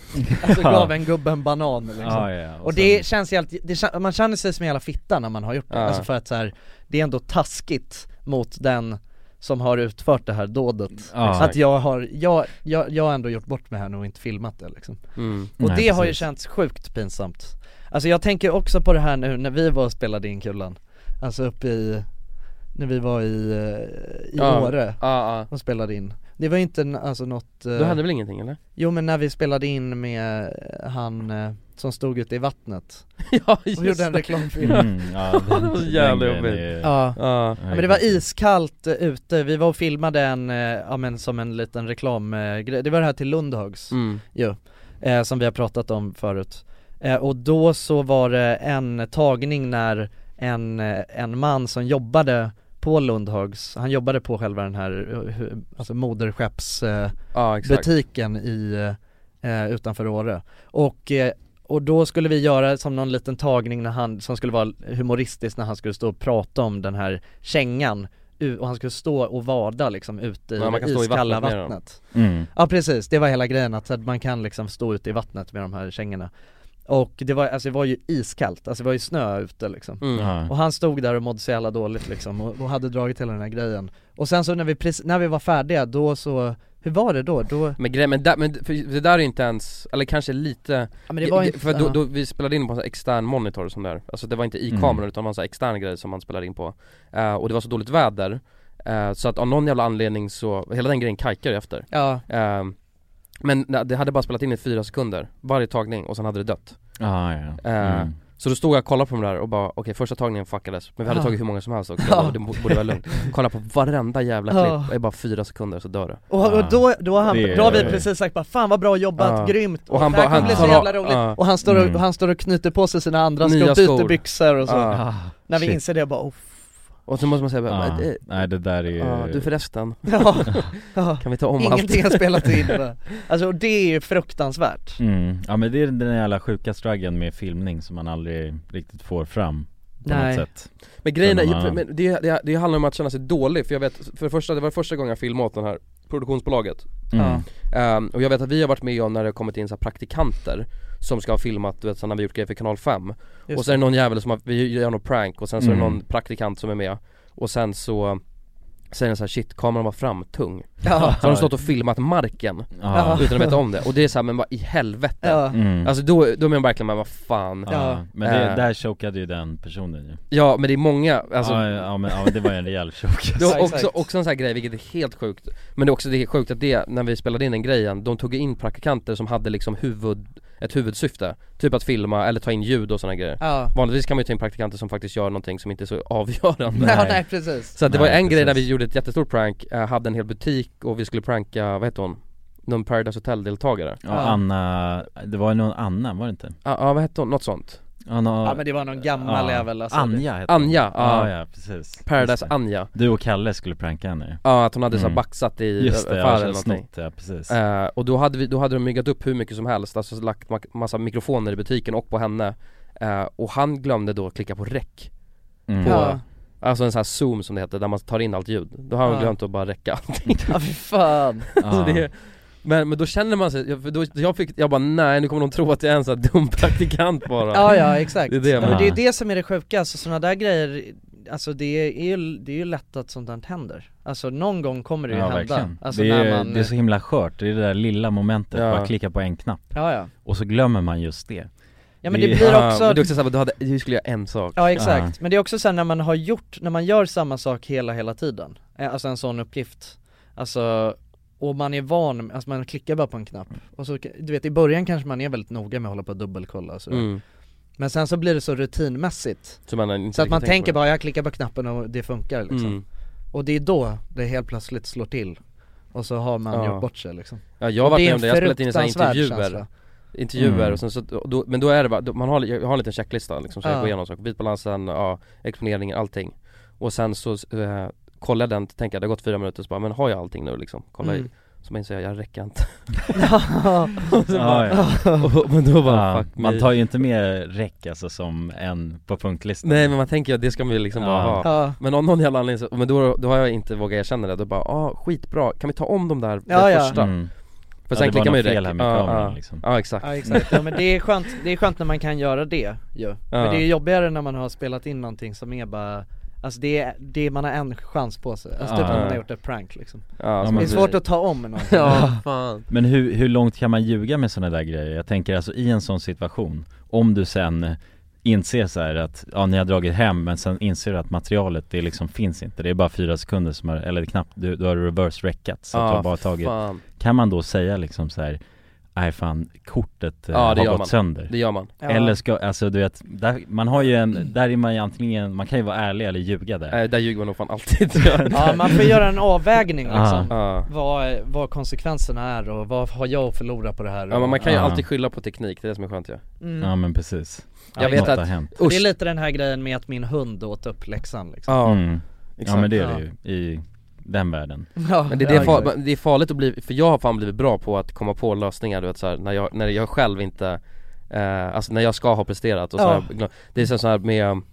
Speaker 1: alltså, gav en gubbe en banan liksom.
Speaker 3: Ja, ja, ja.
Speaker 1: Och, det känns helt, det, kän- man känner sig som en jävla fitta när man har gjort det,
Speaker 2: Ja.
Speaker 1: alltså för att så här, det är ändå taskigt mot den som har utfört det här dådet
Speaker 3: Ja.
Speaker 1: Att jag har, jag, jag, jag har ändå gjort bort mig här nu och inte filmat det liksom
Speaker 2: mm.
Speaker 1: och
Speaker 3: Nej,
Speaker 1: det har ju
Speaker 3: precis.
Speaker 1: känts sjukt pinsamt Alltså jag tänker också på det här nu när vi var och spelade in Kulan Alltså uppe i, när vi var i, eh, i
Speaker 2: Ja.
Speaker 1: Åre
Speaker 2: ja, ja.
Speaker 1: och spelade in Det var ju inte n- alltså något, eh,
Speaker 2: Du hade väl ingenting eller?
Speaker 1: jo men när vi spelade in med eh, han eh, som stod ute i vattnet
Speaker 2: ja
Speaker 1: och gjorde en reklamfilm
Speaker 3: Mm, ja,
Speaker 2: Det var så jävla
Speaker 3: den grejen
Speaker 2: jobbigt.
Speaker 3: är-
Speaker 1: Ja
Speaker 2: Ja,
Speaker 1: men det var iskallt eh, ute, vi var och filmade en, eh, ja men som en liten reklamgrej, det var det här till Lundhags
Speaker 2: mm.
Speaker 1: eh, som vi har pratat om förut. Eh, och då så var det en tagning när en, eh, en man som jobbade på Lundhags, han jobbade på själva den här eh, hu- alltså moderskeppsbutiken
Speaker 2: ja exakt
Speaker 1: i, eh, utanför Åre. Och, eh, och då skulle vi göra som någon liten tagning när han, som skulle vara humoristisk när han skulle stå och prata om den här kängan u- och han skulle stå och vada liksom ute i
Speaker 2: Ja, man kan
Speaker 1: det
Speaker 2: stå i
Speaker 1: iskalla
Speaker 2: vattnet med dem.
Speaker 1: vattnet.
Speaker 3: Mm.
Speaker 1: Ja precis, det var hela grejen att så att man kan liksom stå ute i vattnet med de här kängorna Och det var, alltså det var ju iskallt, alltså det var ju snö ute liksom
Speaker 2: mm.
Speaker 3: Ja.
Speaker 1: Och han stod där och mådde så jävla dåligt liksom och, och hade dragit hela den här grejen Och sen så när vi, precis, när vi var färdiga då så, hur var det då? Då,
Speaker 2: Men grejen, men, där, men för det där är ju inte ens, eller kanske lite
Speaker 1: ja, men det var
Speaker 2: Ge-
Speaker 1: inte,
Speaker 2: För då,
Speaker 1: ja.
Speaker 2: då vi spelade in på en sån här extern monitor som där Alltså det var inte i
Speaker 3: Mm.
Speaker 2: kameran utan det var en sån här extern grej som man spelade in på Eh, Och det var så dåligt väder eh, Så att av någon jävla anledning så, hela den grejen kajkade efter
Speaker 1: ja,
Speaker 2: Eh, Men nej, det hade bara spelat in i fyra sekunder Varje tagning och sen hade det dött
Speaker 3: Ja, ja.
Speaker 2: Eh,
Speaker 3: Mm.
Speaker 2: Så då stod jag och kollade på dem där och bara okej första tagningen fuckades Men vi hade
Speaker 1: Ja.
Speaker 2: tagit hur många som helst också,
Speaker 1: Ja.
Speaker 2: det borde vara lugnt Kolla på varenda jävla
Speaker 1: Ja.
Speaker 2: klipp, det är bara fyra sekunder så dör det
Speaker 1: och, och då, då, har han,
Speaker 3: Det-
Speaker 1: då har vi precis sagt bara 'Fan vad bra jobbat,
Speaker 2: Ja.
Speaker 1: grymt'
Speaker 2: Och han
Speaker 1: det här
Speaker 2: bara,
Speaker 1: kommer
Speaker 2: han
Speaker 1: bli så
Speaker 2: tar av-
Speaker 1: jävla roligt
Speaker 2: ja.
Speaker 1: Och han står, och,
Speaker 3: Mm.
Speaker 1: han står och knyter på sig sina andra
Speaker 2: Nya
Speaker 1: skor, byter
Speaker 2: skor.
Speaker 1: byxor och så
Speaker 2: Ja.
Speaker 3: Ah,
Speaker 1: När vi
Speaker 2: shit.
Speaker 1: inser det bara oh,
Speaker 2: Och så måste man säga bara,
Speaker 3: Ja.
Speaker 2: "Men, eh,
Speaker 3: Ah, Nej det där är ju...
Speaker 2: ja, du förresten,
Speaker 1: ja, ja.
Speaker 2: kan vi ta om allt?
Speaker 1: Ingenting har spelat in va? Alltså och det är ju fruktansvärt
Speaker 3: Mm. Ja men det är den jävla sjuka struggeln med filmning som man aldrig riktigt får fram på
Speaker 1: Nej.
Speaker 3: något sätt
Speaker 2: Men grejen
Speaker 3: Sen har
Speaker 2: är,
Speaker 3: man-
Speaker 2: men det, det, det handlar om att känna sig dålig för jag vet, för det första, det var första gången jag filmade åt den här produktionsbolaget
Speaker 3: mm.
Speaker 1: Ja.
Speaker 2: Ehm, Och jag vet att vi har varit med om när det har kommit in så här praktikanter Som ska ha filmat, du vet så när vi gjort grejer för kanal 5
Speaker 1: Just
Speaker 2: Och så är det någon jävel som har, vi gör någon prank och sen så är det
Speaker 3: Mm.
Speaker 2: någon praktikant som är med Och sen så Säger den så här shit kameran var framtung
Speaker 1: Ja,
Speaker 2: Så har de stått och filmat marken
Speaker 3: Ja.
Speaker 2: utan att veta om det och det är såhär men vad i helvete
Speaker 1: ja,
Speaker 3: Mm.
Speaker 2: Alltså då, då menar jag verkligen men vad fan
Speaker 1: Ja.
Speaker 2: ja.
Speaker 3: Men det,
Speaker 2: Eh.
Speaker 3: där chokade ju den personen ju
Speaker 2: men det är många, alltså
Speaker 3: ja, ja, men, ja men det var ju en rejäl chock
Speaker 2: Det var
Speaker 1: Ja,
Speaker 2: också,
Speaker 1: exakt.
Speaker 2: också en sån här grej vilket är helt sjukt Men det är också det är sjukt att det, när vi spelade in den grejen, de tog in praktikanter som hade liksom huvud, ett huvudsyfte Typ att filma eller ta in ljud och såna grejer
Speaker 1: ja.
Speaker 2: Vanligtvis kan man ju ta in praktikanter som faktiskt gör någonting som inte är så avgörande
Speaker 1: Nej.
Speaker 3: Nej.
Speaker 1: nej precis
Speaker 2: Så att det
Speaker 3: Nej,
Speaker 2: var en grej när
Speaker 3: precis.
Speaker 2: vi gjorde ett jättestort prank, eh, hade en hel butik och vi skulle pranka, vad heter hon? Någon Paradise Hotel deltagare?
Speaker 3: Ja Anna, det var ju någon annan var det inte?
Speaker 2: Ja, ah, vad hette hon? Något sånt?
Speaker 3: Anna,
Speaker 1: Ja men det var någon gammal
Speaker 3: ja.
Speaker 1: jävel alltså
Speaker 3: Anja hette hon.
Speaker 2: Anja, ja.
Speaker 3: Ah, ja ja precis Just
Speaker 2: Paradise
Speaker 3: det.
Speaker 2: Anja
Speaker 3: Du och Kalle skulle pranka henne ju.
Speaker 2: Ja, att hon hade så här
Speaker 3: Mm.
Speaker 2: baxat i
Speaker 3: Just det,
Speaker 2: affären
Speaker 3: ja,
Speaker 2: eller
Speaker 3: jag
Speaker 2: någonting
Speaker 3: snott, ja precis
Speaker 2: Eh, och då hade, vi, då hade de myggat upp hur mycket som helst, alltså lagt ma- massa mikrofoner i butiken och på henne Eh, Och han glömde då klicka på rec
Speaker 3: Mm.
Speaker 2: på,
Speaker 1: Ja.
Speaker 2: alltså en sån här zoom som det heter, där man tar in allt ljud Då har han
Speaker 1: Ja.
Speaker 2: glömt att bara räcka allting
Speaker 1: Ja fy fan
Speaker 2: Så det, men, men då känner man sig, jag, för då, jag fick, jag bara nej nu kommer de tro att jag är en sån här dum praktikant bara
Speaker 1: Ja ja exakt
Speaker 2: Det är det
Speaker 1: Ja,
Speaker 2: jag
Speaker 1: men
Speaker 2: menar.
Speaker 1: det är det som är det sjuka, alltså sådana där grejer Alltså det är ju, det är ju lätt att sånt här händer Alltså någon gång kommer det ju
Speaker 3: ja,
Speaker 1: hända
Speaker 3: verkligen.
Speaker 1: Alltså
Speaker 3: det,
Speaker 1: när
Speaker 3: är,
Speaker 1: man,
Speaker 3: det är så himla skört, det är det där lilla momentet,
Speaker 2: Ja.
Speaker 3: bara klicka på en knapp
Speaker 1: ja ja
Speaker 3: och så glömmer man just det
Speaker 1: Ja men det
Speaker 3: Det-
Speaker 1: blir
Speaker 2: Ja,
Speaker 1: också,
Speaker 2: Eh, men det är också såhär, du, hade, du skulle göra en sak
Speaker 1: Ja exakt,
Speaker 3: Ja.
Speaker 1: men det är också sen när man har gjort, när man gör samma sak hela hela tiden Eh, Alltså en sån uppgift Alltså, och man är van, med- alltså man klickar bara på en knapp Och så, du vet i början kanske man är väldigt noga med att hålla på och dubbelkolla och sådär.
Speaker 2: mm.
Speaker 1: Men sen så blir det så rutinmässigt
Speaker 2: Så man, inte
Speaker 1: Så att
Speaker 2: riktigt
Speaker 1: man
Speaker 2: på
Speaker 1: tänker
Speaker 2: det.
Speaker 1: bara, jag klickar på knappen och det funkar liksom
Speaker 2: mm.
Speaker 1: Och det är då det helt plötsligt slår till Och så har man
Speaker 2: Ja.
Speaker 1: gjort bort sig liksom
Speaker 2: Ja jag har
Speaker 1: Och
Speaker 2: varit
Speaker 1: det är
Speaker 2: med
Speaker 1: en
Speaker 2: om det, jag har spelat in i så här
Speaker 1: fruktansvärd
Speaker 2: intervjuer
Speaker 1: känsla.
Speaker 2: intervjuer
Speaker 3: Mm.
Speaker 2: och sen så, då, men då är det bara, då, man har, jag har en liten checklista liksom, så jag
Speaker 1: Ja.
Speaker 2: går igenom saker, bitbalansen, ja, exponeringen, allting Och sen så eh, kollar jag den, tänker jag det har gått fyra minuter så bara, men har jag allting nu liksom? Kollar
Speaker 1: Mm.
Speaker 2: i, så inser jag, jag räcker inte
Speaker 1: Ja.
Speaker 2: Och så bara,
Speaker 3: Ja, ja.
Speaker 2: och, men då bara
Speaker 3: Ja,
Speaker 2: fuck
Speaker 3: man
Speaker 2: me.
Speaker 3: tar ju inte med räck alltså som en på punktlistan
Speaker 2: Nej men man tänker ju att det ska man ju liksom
Speaker 3: Ja.
Speaker 2: bara ha
Speaker 1: Ja.
Speaker 2: Men om någon jävla anledning så, men då, då har jag inte vågat erkänna det, då bara ah, skitbra, kan vi ta om de där,
Speaker 1: Ja,
Speaker 2: den
Speaker 1: ja.
Speaker 2: första?
Speaker 3: Mm.
Speaker 2: För
Speaker 3: Ja,
Speaker 2: sen
Speaker 3: det var
Speaker 2: klickar man ju
Speaker 3: något fel
Speaker 2: direkt.
Speaker 3: här med
Speaker 2: ja,
Speaker 3: kameran,
Speaker 2: ja.
Speaker 3: liksom.
Speaker 2: ja exakt,
Speaker 1: ja exakt, ja, men det är skönt, det är skönt när man kan göra det ju Men
Speaker 2: Ja.
Speaker 1: det är jobbigare när man har spelat in någonting som är bara Alltså det är, det är, man har en chans på sig, alltså typ
Speaker 3: Ja.
Speaker 1: när man har gjort ett prank liksom
Speaker 2: ja,
Speaker 3: Ja,
Speaker 2: så
Speaker 1: Det
Speaker 3: men
Speaker 1: är
Speaker 2: man-
Speaker 1: svårt att ta om någonting
Speaker 2: Ja, fan
Speaker 3: Men hur, hur långt kan man ljuga med sådana där grejer? Jag tänker alltså i en sån situation, om du sen inser så här att, ja ni har dragit hem men sen inser du att materialet det liksom finns inte, det är bara fyra sekunder som har, eller knappt, du, du har reverse reckat så att du har bara tagit,
Speaker 2: fan.
Speaker 3: kan man då säga liksom så här, nej fan kortet eh,
Speaker 2: Ja, det
Speaker 3: har
Speaker 2: gör
Speaker 3: gått
Speaker 2: man.
Speaker 3: sönder?
Speaker 2: Det gör man,
Speaker 1: Ja.
Speaker 3: Eller ska, alltså du vet, där, man har ju en, där är man ju antingen, man kan ju vara ärlig eller ljuga där
Speaker 2: äh, där ljuger man nog fan alltid
Speaker 1: Ja man får göra en avvägning liksom
Speaker 2: Ja.
Speaker 1: vad, vad konsekvenserna är och vad har jag att förlora på det här
Speaker 2: Ja men man kan ju
Speaker 3: Ja.
Speaker 2: alltid skylla på teknik, det är det som är skönt ju
Speaker 1: mm.
Speaker 3: Ja men precis
Speaker 2: Jag
Speaker 3: Att
Speaker 2: vet
Speaker 3: något
Speaker 2: att-
Speaker 3: har hänt.
Speaker 1: Det är lite den här grejen med att min hund åt upp läxan liksom
Speaker 2: Ja,
Speaker 3: Mm.
Speaker 2: exakt
Speaker 3: Ja men det är
Speaker 1: Ja.
Speaker 3: det ju, i den världen
Speaker 1: Ja,
Speaker 2: Men det, det, är
Speaker 1: ja,
Speaker 2: far,
Speaker 1: exakt.
Speaker 2: men det är farligt att bli, för jag har fan blivit bra på att komma på lösningar du vet så här, när, jag, när jag själv inte, eh, alltså när jag ska ha presterat och så
Speaker 1: Ja.
Speaker 2: har jag glöm- Det är så så här med, um,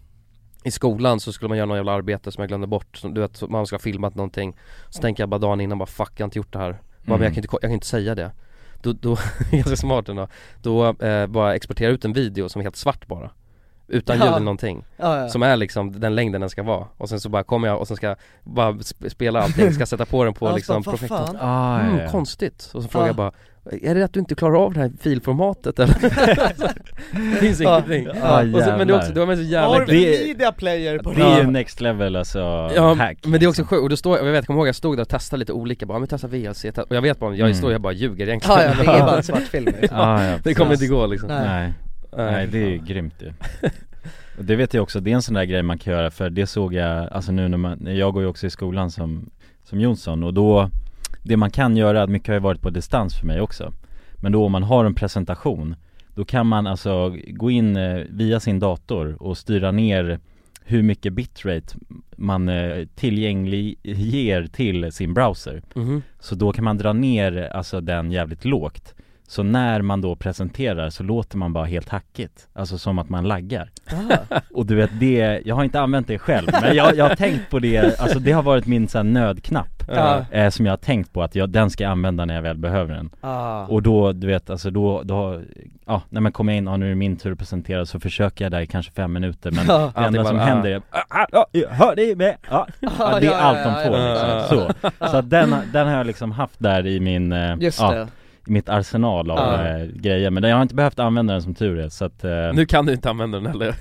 Speaker 2: i skolan så skulle man göra något jävla arbete som jag glömde bort, som, du vet så man ska ha filmat någonting Så tänker jag bara dagen innan bara fuck jag har inte gjort det här, bara,
Speaker 1: Mm.
Speaker 2: men jag kan, inte, ko- jag kan inte säga det Då, då, ganska smart ändå, då eh, bara exportera ut en video som är helt svart bara Utan
Speaker 1: Ja.
Speaker 2: ljud eller någonting
Speaker 1: ja, ja.
Speaker 2: som är liksom den längden den ska vara och sen så bara kommer jag och sen ska jag bara sp- spela allting, ska sätta på den på
Speaker 1: Ja,
Speaker 2: liksom
Speaker 1: så bara, "Vad
Speaker 2: projektorn
Speaker 1: fan?"
Speaker 3: ah,
Speaker 2: mm, konstigt, och så frågar
Speaker 1: Ja.
Speaker 2: jag bara Är det att du inte klarar av det här filformatet eller? Det Finns
Speaker 1: Ja.
Speaker 2: ingenting
Speaker 3: Ja,
Speaker 2: och så, Men det är också,
Speaker 3: jävlar.
Speaker 2: då är man så jävla
Speaker 1: Har
Speaker 2: äcklig.
Speaker 1: vi
Speaker 3: det-
Speaker 1: media player på
Speaker 3: Det är ju
Speaker 1: det?
Speaker 3: next level alltså,
Speaker 2: Ja,
Speaker 3: hack
Speaker 2: men det är också sjukt, och då står jag, jag vet, kommer ihåg jag stod där och testade lite olika, bara, "Ja, men testa VLC, testa. och jag vet bara, jag
Speaker 3: Mm.
Speaker 2: står jag bara ljuger egentligen
Speaker 1: Ja, ja, det är bara en svart film liksom.
Speaker 3: ah, ja,
Speaker 2: Det kommer
Speaker 3: precis.
Speaker 2: inte gå liksom
Speaker 1: Nej.
Speaker 3: Nej, nej det är ju grymt ju Och Det vet jag också, det är en sån där grej man kan göra för det såg jag, alltså nu när man, jag går ju också i skolan som, som Jonsson och då Det man kan göra, mycket har ju varit på distans för mig också Men då om man har en presentation Då kan man alltså gå in eh, via sin dator och styra ner hur mycket bitrate man eh, tillgängliggör till sin browser
Speaker 2: Mhm.
Speaker 3: Så då kan man dra ner alltså den jävligt lågt Så när man då presenterar så låter man bara helt hackigt Alltså som att man laggar
Speaker 1: Ah.
Speaker 3: Och du vet det, jag har inte använt det själv Men jag, jag har tänkt på det, alltså det har varit min sån här nödknapp
Speaker 1: Ja.
Speaker 3: eh, Som jag har tänkt på att jag, den ska jag använda när jag väl behöver den
Speaker 1: Ah.
Speaker 3: Och då, du vet, alltså då, då ja, när man kommer in, ja nu är det min tur att presentera Så försöker jag där i kanske fem minuter men
Speaker 1: Ja.
Speaker 3: det enda
Speaker 2: Allting
Speaker 3: som
Speaker 2: bara,
Speaker 3: händer är "Ah, ah, ah, jag Hör dig med! Ah. Ja, det är
Speaker 1: ja,
Speaker 3: allt
Speaker 1: ja,
Speaker 3: de får
Speaker 1: ja, ja,
Speaker 3: liksom.
Speaker 1: ja.
Speaker 3: Så, så att den, har- den har jag liksom haft där i min, eh,
Speaker 1: Just
Speaker 3: ja,
Speaker 1: det,
Speaker 3: i mitt arsenal av
Speaker 1: Ja.
Speaker 3: eh, grejer Men jag har inte behövt använda den som tur är så att, eh,
Speaker 2: Nu kan du inte använda den heller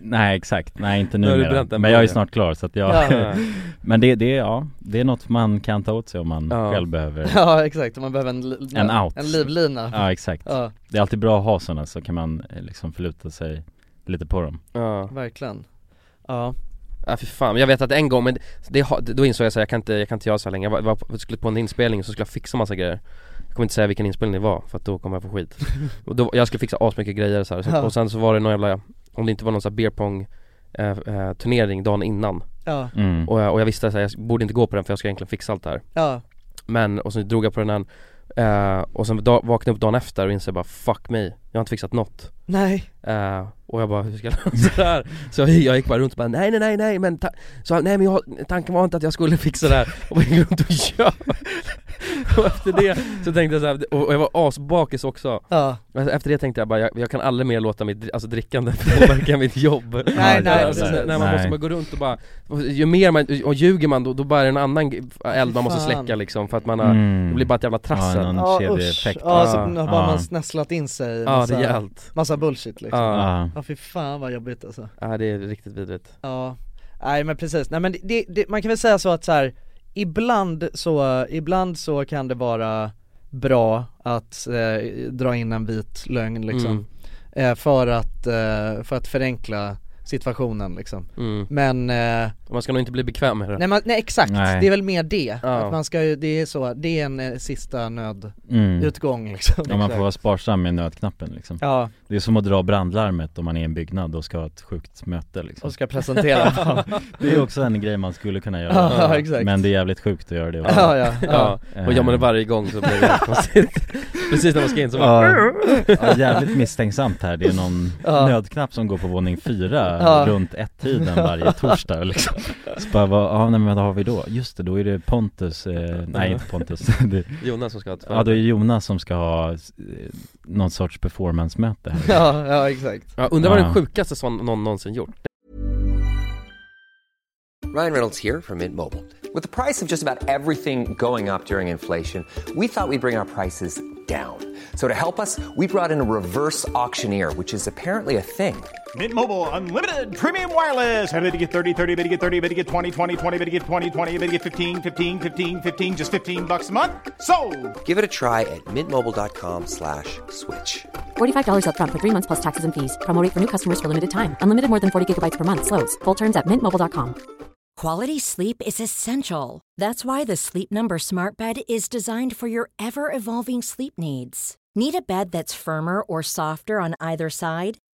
Speaker 3: nej exakt, nej inte
Speaker 2: Nu har du
Speaker 3: numera
Speaker 2: bränt den
Speaker 3: Men jag är ju
Speaker 2: början.
Speaker 3: snart klar så att jag,
Speaker 1: Ja.
Speaker 3: men det, det, är- ja, det är något man kan ta åt sig om man
Speaker 2: Ja.
Speaker 3: själv behöver
Speaker 1: ja exakt, man behöver en, li-
Speaker 3: En out.
Speaker 1: en livlina
Speaker 3: Ja exakt,
Speaker 1: Ja,
Speaker 3: det är alltid bra att ha sådana så kan man eh, liksom förluta sig lite på dem
Speaker 2: Ja.
Speaker 1: verkligen Ja,
Speaker 2: Ja för fan, jag vet att en gång, men det, har- då insåg jag så här, jag kan inte, jag kan inte göra så här länge, jag var, var, på- skulle på en inspelning så skulle jag fixa massa grejer Jag kommer inte säga vilken inspelning det var, för att då kommer jag få skit och då, Jag skulle fixa asmycket grejer så här. Så,
Speaker 1: Ja.
Speaker 2: och sen så var det någon jävla, om det inte var någon sån här beer pong eh, eh, turnering dagen innan
Speaker 1: ja,
Speaker 3: mm.
Speaker 2: och, jag- och jag visste att jag borde inte gå på den för jag ska egentligen fixa allt det här
Speaker 1: ja,
Speaker 2: Men, och så drog jag på den här eh, och sen da, vaknade jag upp dagen efter och insåg bara fuck mig, jag har inte fixat något
Speaker 1: nej,
Speaker 2: Eh, och jag bara, hur ska jag lösa det här? Så jag, jag gick bara runt och bara, nej nej nej nej men, ta- så, han, nej men jag, tanken var inte att jag skulle fixa det här Och bara gick runt och gör Och efter det så tänkte jag så här, och och jag var asbakis också
Speaker 1: ja,
Speaker 2: Men Efter det tänkte jag bara, jag, jag kan aldrig mer låta mitt dri- alltså, drickande påverka mitt jobb
Speaker 1: nej, nej,
Speaker 2: alltså,
Speaker 1: precis.
Speaker 2: när när man måste
Speaker 3: Nej.
Speaker 2: bara gå runt och bara, och ju mer man, och ljuger man då, då bara är det en annan g- eld man måste
Speaker 1: Fan.
Speaker 2: släcka liksom för att man har, det blir bara ett jävla trassel
Speaker 3: Ja,
Speaker 2: Ja,
Speaker 3: någon
Speaker 1: ja usch,
Speaker 3: kedjeeffekt
Speaker 1: ja så
Speaker 2: Ja,
Speaker 1: har
Speaker 3: ja.
Speaker 1: bara man snäslat in sig i
Speaker 2: ja
Speaker 1: massa,
Speaker 2: rejält
Speaker 1: massa bullshit liksom Ja,
Speaker 2: Ja,
Speaker 3: Ja.
Speaker 1: fy fan vad jobbigt alltså
Speaker 2: ja det är riktigt vidrigt
Speaker 1: Ja, nej men precis, nej men det, det, det, man kan väl säga så att så här, ibland så, ibland så kan det vara bra att eh, dra in en vit lögn liksom
Speaker 2: Mm.
Speaker 1: eh, för, att, eh, för att förenkla situationen liksom
Speaker 2: Mm.
Speaker 1: Men, eh,
Speaker 2: Och Man ska nog inte bli bekväm med det
Speaker 1: nej, man, nej exakt,
Speaker 3: Nej.
Speaker 1: det är väl mer det,
Speaker 2: Ja.
Speaker 1: att man ska ju, det är så, det är en eh, sista nödutgång
Speaker 3: Mm.
Speaker 1: liksom
Speaker 3: Ja man
Speaker 1: Exakt.
Speaker 3: får vara sparsam med nödknappen liksom.
Speaker 1: Ja,
Speaker 3: Det är som att dra brandlarmet om man är i en byggnad och ska ha ett sjukt möte liksom.
Speaker 1: och ska presentera
Speaker 3: Det är också en grej man skulle kunna göra
Speaker 1: Ja, ja, exakt.
Speaker 3: Men det är jävligt sjukt att göra det också. Eh,
Speaker 1: Ja, ja, ja.
Speaker 2: Ja, och gör man det varje gång så blir det konstigt Precis när man ska in så bara
Speaker 3: Ja, ja, jävligt misstänksamt här. Det är någon
Speaker 1: Ja.
Speaker 3: nödknapp som går på våning fyra
Speaker 1: Ja.
Speaker 3: runt ett-tiden varje torsdag liksom. Så bara, vad, ja nej, men vad har vi då? Just det, då är det Pontus, eh, nej inte Pontus, det,
Speaker 2: Jonas som ska ha ett
Speaker 3: ja då är det Jonas som ska ha eh, någon sorts performance-möte här.
Speaker 1: ja, ja exakt
Speaker 2: ja, Undrar vad
Speaker 3: Ja.
Speaker 2: den sjukaste som någon någonsin gjort
Speaker 7: Ryan Reynolds here from Mint Mobile. With the price of just about everything going up during inflation, we thought we'd bring our prices down. So to help us, we brought in a reverse auctioneer, which is apparently a thing.
Speaker 8: Mint Mobile unlimited premium wireless. Ready to get 30, 30, bet you get 30, bet you get 20, 20, 20, bet you get 20, 20, bet you get 15, 15, 15, 15 just 15 bucks a month. So,
Speaker 7: Give it a try at mintmobile.com slash switch.
Speaker 9: $45 up front for three months plus taxes and fees. Promo rate for new customers for limited time. Unlimited more than 40 gigabytes per month. Slows. Full terms at mintmobile.com.
Speaker 10: Quality sleep is essential. That's why the Sleep Number Smart Bed is designed for your ever evolving sleep needs. Need a bed that's firmer or softer on either side?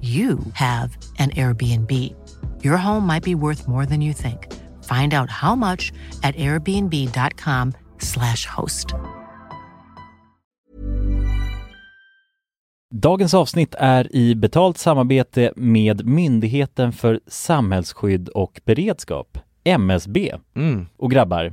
Speaker 11: you have an Airbnb. Your home might be worth more than you think. Find out how much at airbnb.com/slash host.
Speaker 3: Dagens avsnitt är i betalt samarbete med Myndigheten för samhällsskydd och beredskap, MSB.
Speaker 1: mm.
Speaker 3: Och grabbar,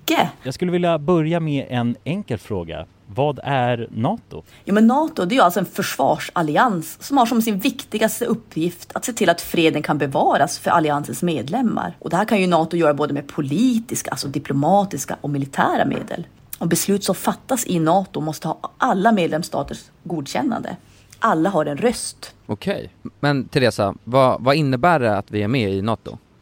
Speaker 3: Jag skulle vilja börja med en enkel fråga. Vad är NATO?
Speaker 9: Jo men NATO det är ju alltså en försvarsallians som har som sin viktigaste uppgift att se till att freden kan bevaras för alliansens medlemmar. Och det här kan ju NATO göra både med politiska, alltså diplomatiska och militära medel. Och beslut som fattas i NATO måste ha alla medlemsstaters godkännande. Alla har en röst.
Speaker 6: Okej. Men Teresa, vad, vad innebär det att vi är med i NATO?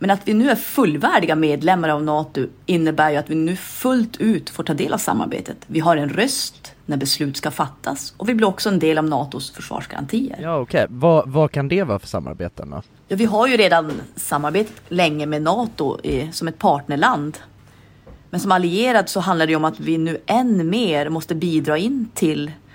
Speaker 9: Men att vi nu är fullvärdiga medlemmar av NATO innebär ju att vi nu fullt ut får ta del av samarbetet. Vi har en röst när beslut ska fattas och vi blir också en del av NATOs försvarsgarantier.
Speaker 1: Ja okej, vad, vad kan det vara för samarbeten då?
Speaker 9: Ja, vi har ju redan samarbetat länge med NATO eh, som ett partnerland. Men som allierad så handlar det ju om att vi nu än mer måste bidra in till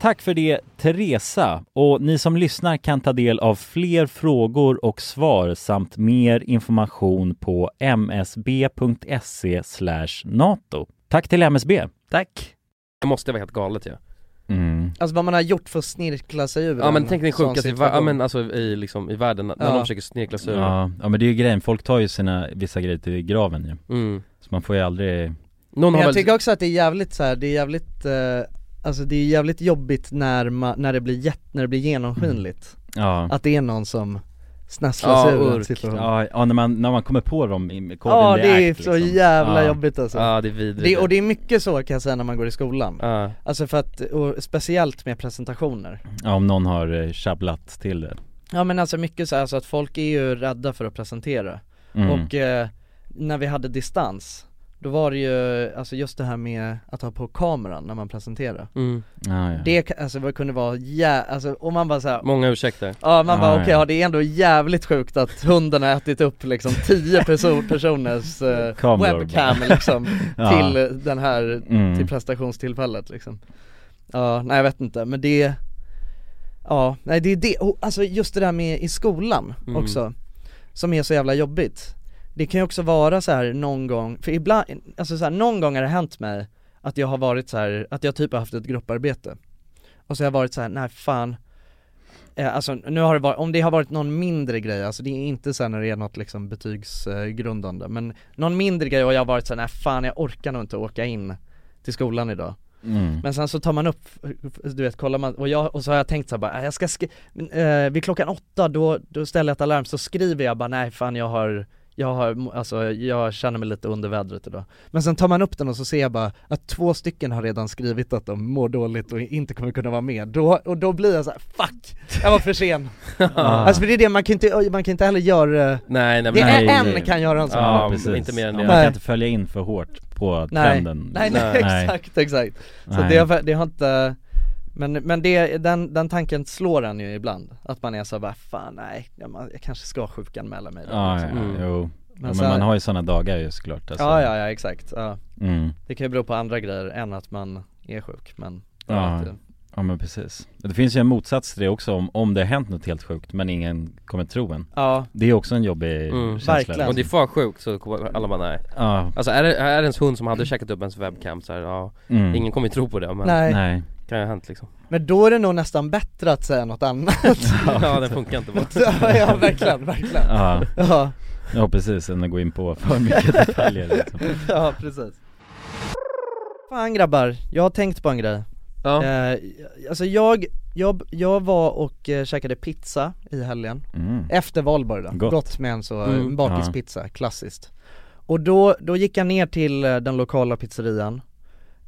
Speaker 3: Tack för det, Teresa. Och ni som lyssnar kan ta del av fler frågor och svar samt mer information på msb.se E nato. Tack till MSB.
Speaker 2: Tack. Det måste vara helt galet ju. Ja.
Speaker 3: Mm.
Speaker 1: Alltså vad man har gjort för att snirkla sig ur
Speaker 2: Ja men
Speaker 1: en
Speaker 2: tänk den
Speaker 1: sån
Speaker 2: sjukaste i, vär-
Speaker 1: situation.
Speaker 2: ja, men, alltså, i, liksom, i världen, när
Speaker 1: Ja.
Speaker 2: de försöker snirkla sig ur
Speaker 3: Ja, ja, men det är ju grejen. Folk tar ju sina vissa grejer till graven ju.
Speaker 2: Mm.
Speaker 3: Så man får ju aldrig...
Speaker 2: Någon
Speaker 1: Men
Speaker 2: har
Speaker 1: jag
Speaker 2: väl,
Speaker 1: tycker också att det är jävligt så här, det är jävligt, eh, alltså det är jävligt jobbigt när, ma- när, det blir jätt, när det blir genomskinligt
Speaker 3: Ja.
Speaker 1: Att det är någon som snasslar
Speaker 3: Ja,
Speaker 1: sig ur en
Speaker 3: urk.
Speaker 1: situation
Speaker 3: ja, ja när, man, när man kommer på dem i koden
Speaker 1: Ja det är
Speaker 3: act,
Speaker 1: så
Speaker 3: liksom.
Speaker 1: jävla
Speaker 3: Ja.
Speaker 1: jobbigt alltså
Speaker 2: Ja, det är vidrigt.
Speaker 1: Det- Och det är mycket så kan jag säga när man går i skolan
Speaker 2: Ja.
Speaker 1: Alltså för att, och speciellt med presentationer
Speaker 3: Ja, om någon har eh, tjabblat till det.
Speaker 1: Ja men alltså mycket så här, alltså att folk är ju rädda för att presentera
Speaker 3: Mm.
Speaker 1: Och eh, när vi hade distans Då var det ju, alltså just det här med att ha på kameran när man presenterar
Speaker 2: Mm.
Speaker 3: Ja, ja.
Speaker 1: Det ka- alltså, vad kunde vara, jä- alltså, och man bara såhär
Speaker 2: många ursäkter
Speaker 1: Ja man bara
Speaker 3: Ah,
Speaker 2: Ja,
Speaker 1: okej,
Speaker 2: ja.
Speaker 1: ja det är ändå jävligt sjukt att hunden har ätit upp liksom 10 perso- personers eh,
Speaker 3: Kameror
Speaker 1: webcam
Speaker 3: bara.
Speaker 1: liksom
Speaker 3: Ja.
Speaker 1: till eh, den här,
Speaker 3: Mm.
Speaker 1: till prestationstillfället liksom Ja, nej jag vet inte, men det Ja, nej det är det, och alltså just det där med i skolan
Speaker 2: Mm.
Speaker 1: också Som är så jävla jobbigt Det kan ju också vara så här någon gång, för ibland, alltså så här, någon gång har det hänt mig Att jag har varit så här, att jag typ har haft ett grupparbete Och så har jag varit så här, nej fan Eh, Alltså nu har det varit, om det har varit någon mindre grej, alltså det är inte så här när det är något liksom betygsgrundande Men någon mindre grej och jag har varit så här, nej fan jag orkar nog inte åka in till skolan idag
Speaker 3: Mm.
Speaker 1: men sen så tar man upp, du vet kollar man, och, jag, och så har jag tänkt så här, bara, "Äh, jag ska skri- men, eh, vid klockan åtta då, då ställer jag ett alarm, så skriver jag bara nej fan jag har jag har, alltså jag känner mig lite under vädret idag. Men sen tar man upp den och så ser jag bara att två stycken har redan skrivit att de mår dåligt och inte kommer kunna vara med. Då, och då blir jag så här, fuck! Jag var för sen. Alltså för det är det, man kan inte, man kan inte heller göra
Speaker 2: Nej, nej,
Speaker 1: Det är
Speaker 2: nej.
Speaker 1: en kan göra en sån
Speaker 2: Ja,
Speaker 1: sak.
Speaker 2: precis. inte mer än
Speaker 3: Ja,
Speaker 2: det
Speaker 3: Man kan
Speaker 1: Nej.
Speaker 3: inte följa in för hårt på
Speaker 1: Nej,
Speaker 3: trenden.
Speaker 1: nej, nej, exakt, exakt. Så
Speaker 3: Nej.
Speaker 1: det har, det har inte, men, men det, den, den tanken slår en ju ibland. Att man är så här, bara, fan nej, jag, man, jag kanske ska sjukanmäla mig. då",
Speaker 3: Ja, ja,
Speaker 1: liksom.
Speaker 3: ja,
Speaker 2: Mm.
Speaker 3: jo. Men, ja, men
Speaker 1: så här-
Speaker 3: man har ju sådana dagar ju såklart. Alltså.
Speaker 1: ja, ja, ja, exakt. Ja.
Speaker 3: Mm.
Speaker 1: Det kan ju bero på andra grejer än att man är sjuk, men
Speaker 3: Ja, ja men precis. Det finns ju en motsats till det också om, om det har hänt något helt sjukt men ingen kommer tro en.
Speaker 1: Ja.
Speaker 3: Det är också en jobbig känsla. liksom.
Speaker 2: Om Mm. det är för sjukt så kommer alla bara nej
Speaker 3: Ja.
Speaker 2: Alltså är det, är det ens hund som hade käkat upp ens webcam så här, ja
Speaker 3: Mm.
Speaker 2: Ingen kommer ju tro på det men
Speaker 1: Nej. Nej.
Speaker 2: Kan ju ha hänt liksom
Speaker 1: Men då är det nog nästan bättre att säga något annat
Speaker 2: Ja, den funkar inte bara.
Speaker 1: Ja, ja verkligen, verkligen
Speaker 3: Ja.
Speaker 1: ja.
Speaker 3: ja precis, än att gå in på för mycket detaljer liksom.
Speaker 1: Ja, precis Fan grabbar, jag har tänkt på en grej
Speaker 2: ja.
Speaker 1: eh, Alltså jag, jag, jag var och eh, käkade pizza i helgen
Speaker 3: Mm.
Speaker 1: Efter valborg då,
Speaker 3: Gott.
Speaker 1: gott, med en så,
Speaker 3: Mm.
Speaker 1: mm. bakispizza, klassiskt Och då, då gick jag ner till eh, den lokala pizzerian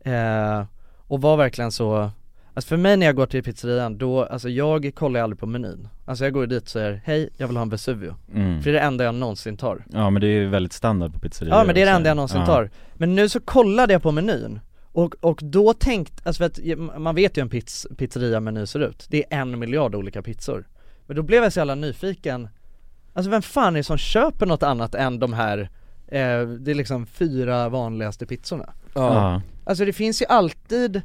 Speaker 1: eh, Och var verkligen så Alltså för mig när jag går till pizzerian, då, alltså jag kollar ju aldrig på menyn Alltså jag går ju dit och säger, hej jag vill ha en Vesuvio
Speaker 3: Mm.
Speaker 1: För det är det enda jag någonsin tar
Speaker 3: Ja men det är ju väldigt standard på pizzerior
Speaker 1: Ja men det är det
Speaker 3: också.
Speaker 1: enda jag någonsin
Speaker 3: Ja.
Speaker 1: tar Men nu så kollade jag på menyn och, och då tänkte, alltså för att m- man vet ju hur en pizz, pizzeria-meny ser ut Det är en miljard olika pizzor Men då blev jag så jävla nyfiken Alltså vem fan är det som köper något annat än de här eh, Det är liksom fyra vanligaste pizzorna
Speaker 2: Ja. Ja.
Speaker 1: Alltså det finns ju alltid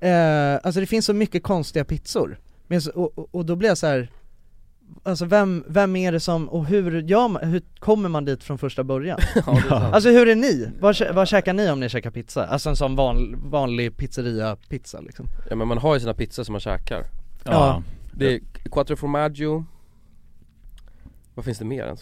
Speaker 1: eh, Alltså det finns så mycket konstiga pizzor men, så- och, och, och då blir jag så här. Alltså vem, vem är det som, och hur gör man, hur kommer man dit från första början? Alltså hur är ni? Vad, kä- vad käkar ni om ni käkar pizza? Alltså en sån van, vanlig pizzeria-pizza liksom
Speaker 2: Ja men man har ju sina pizzor som man käkar
Speaker 1: Ja.
Speaker 2: Det är quattro formaggio Vad finns det mer ens?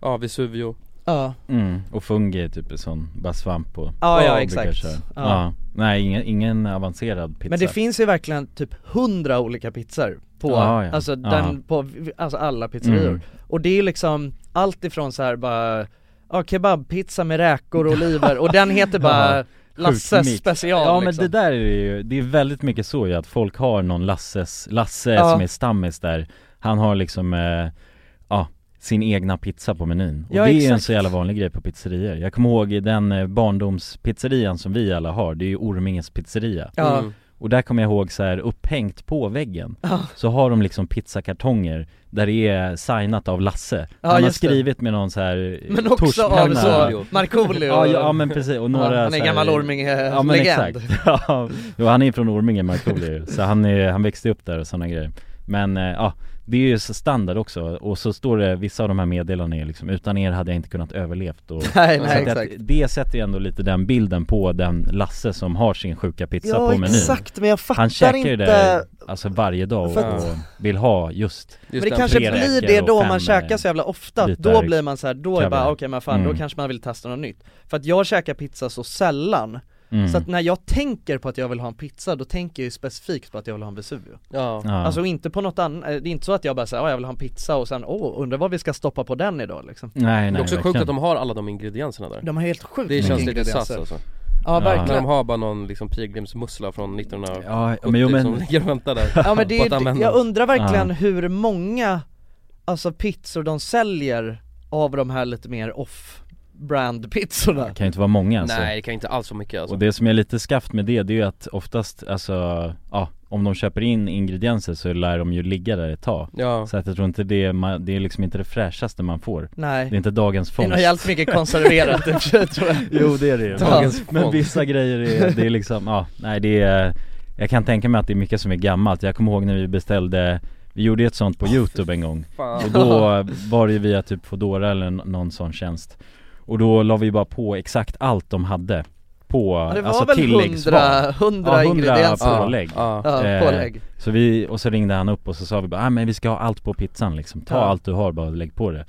Speaker 2: Ja, Vesuvio
Speaker 1: Ja
Speaker 3: Mm. Och fungi är typ en sån, bara svamp och
Speaker 1: Ja, ja,
Speaker 3: brukar
Speaker 1: exakt.
Speaker 3: köra. Ja.
Speaker 1: Ja.
Speaker 3: Nej ingen, ingen avancerad pizza
Speaker 1: Men det finns ju verkligen typ hundra olika pizzor på,
Speaker 3: Ja, ja.
Speaker 1: Alltså,
Speaker 3: Ja.
Speaker 1: den, på alltså alla pizzerior
Speaker 3: Mm.
Speaker 1: Och det är ju liksom allt ifrån så här bara, ja kebabpizza med räkor och oliver och den heter bara
Speaker 3: Ja. Sjukt
Speaker 1: Lasses
Speaker 3: mix.
Speaker 1: special
Speaker 3: Ja men
Speaker 1: liksom.
Speaker 3: det där är ju, det är väldigt mycket så ju att folk har någon Lasses, Lasse
Speaker 1: Ja.
Speaker 3: som är stammis där Han har liksom, eh, ja, sin egna pizza på menyn Och
Speaker 1: Ja,
Speaker 3: det är ju en
Speaker 1: exakt.
Speaker 3: så jävla vanlig grej på pizzerior Jag kommer ihåg i den eh, barndomspizzerian som vi alla har, det är ju Orminges pizzeria
Speaker 1: Ja. Mm.
Speaker 3: Och där kommer jag ihåg så här upphängt på väggen Så har de liksom pizzakartonger där det är signat av Lasse
Speaker 1: Ja,
Speaker 3: Han har
Speaker 1: just det.
Speaker 3: skrivit med någon så här eh,
Speaker 1: Men också av
Speaker 3: Torspenna-
Speaker 1: så, Markoolio
Speaker 3: ja, ja, ja men precis, och några
Speaker 1: Ja, han är
Speaker 3: så här-
Speaker 1: gammal Orminge-legend.
Speaker 3: Ja men exakt, ja, jo, han är från Orminge Markoolio Så han, är, han växte upp där och sådana grejer Men eh, ja, det är ju så standard också och så står det, vissa av de här meddelandena är liksom Utan er hade jag inte kunnat överlevt och
Speaker 1: Nej,
Speaker 3: så
Speaker 1: nej,
Speaker 3: att
Speaker 1: exakt.
Speaker 3: Det sätter ju ändå lite den bilden på den Lasse som har sin sjuka pizza
Speaker 1: Ja,
Speaker 3: på menyn
Speaker 1: exakt, men jag fattar
Speaker 3: Han käkar ju
Speaker 1: inte-
Speaker 3: det alltså varje dag och,
Speaker 1: För att-
Speaker 3: och vill ha just
Speaker 1: Men det kanske
Speaker 3: tre
Speaker 1: blir
Speaker 3: räkor
Speaker 1: det
Speaker 3: och
Speaker 1: då
Speaker 3: fem,
Speaker 1: man käkar
Speaker 3: eh,
Speaker 1: så jävla ofta, att
Speaker 3: bitar
Speaker 1: då blir man så här, då är det bara
Speaker 3: kaviar.
Speaker 1: okej men fan
Speaker 3: Mm.
Speaker 1: då kanske man vill testa något nytt För att jag käkar pizza så sällan,
Speaker 3: Mm.
Speaker 1: så att när jag tänker på att jag vill ha en pizza, då tänker jag ju specifikt på att jag vill ha en Vesuvio
Speaker 2: Ja.
Speaker 3: Ja.
Speaker 1: Alltså inte på något annat, det är inte så att jag bara säger "Ja, jag vill ha en pizza och sen åh, undrar vad vi ska stoppa på den idag liksom
Speaker 3: Nej,
Speaker 2: det är
Speaker 3: nej,
Speaker 2: också sjukt
Speaker 3: verkligen.
Speaker 2: att de har alla de ingredienserna där
Speaker 1: De har helt sjukt
Speaker 2: Det
Speaker 1: mycket
Speaker 2: känns lite
Speaker 1: ingredienser.
Speaker 2: sass alltså
Speaker 1: Ja, verkligen.
Speaker 2: När de har bara någon liksom pilgrimsmussla från 1970
Speaker 3: Ja, men jo, men-
Speaker 2: som ligger och väntar där
Speaker 1: Ja men det
Speaker 2: på att
Speaker 1: är,
Speaker 2: användas.
Speaker 1: jag undrar verkligen
Speaker 2: Ja.
Speaker 1: hur många, alltså pizzor de säljer av de här lite mer off-brand pizzorna
Speaker 3: Det kan ju inte vara många alltså.
Speaker 2: Nej det kan inte alls vara mycket alltså
Speaker 3: Och det som är lite skaft med det, det är ju att oftast, alltså, ja, om de köper in ingredienser så lär de ju ligga där ett tag
Speaker 2: Ja.
Speaker 3: Så att jag tror inte det, är- man- det är liksom inte det fräschaste man får
Speaker 1: Nej.
Speaker 3: Det är inte dagens
Speaker 1: Det är
Speaker 3: fångst
Speaker 1: nog jävligt mycket konserverat i och för sig, tror jag.
Speaker 3: Jo det är det ju.
Speaker 1: Dagens
Speaker 3: Men
Speaker 1: fångst.
Speaker 3: vissa grejer är, det är liksom, ja, nej det är Jag kan tänka mig att det är mycket som är gammalt, jag kommer ihåg när vi beställde vi gjorde ju ett sånt på youtube en gång
Speaker 2: fan.
Speaker 3: Och då var det ju via typ Foodora eller n- någon sån tjänst Och då la vi bara på exakt allt de hade På,
Speaker 1: Ja, det var
Speaker 3: alltså
Speaker 1: väl
Speaker 3: tilläggsval
Speaker 1: 100 100
Speaker 3: ja, 100
Speaker 1: ingredienser.
Speaker 3: pålägg
Speaker 1: Ja, ja.
Speaker 3: Eh,
Speaker 1: pålägg.
Speaker 3: Så vi, och så ringde han upp och så sa vi bara, ah, men vi ska ha allt på pizzan liksom Ta
Speaker 2: Ja.
Speaker 3: allt du har bara och lägg på det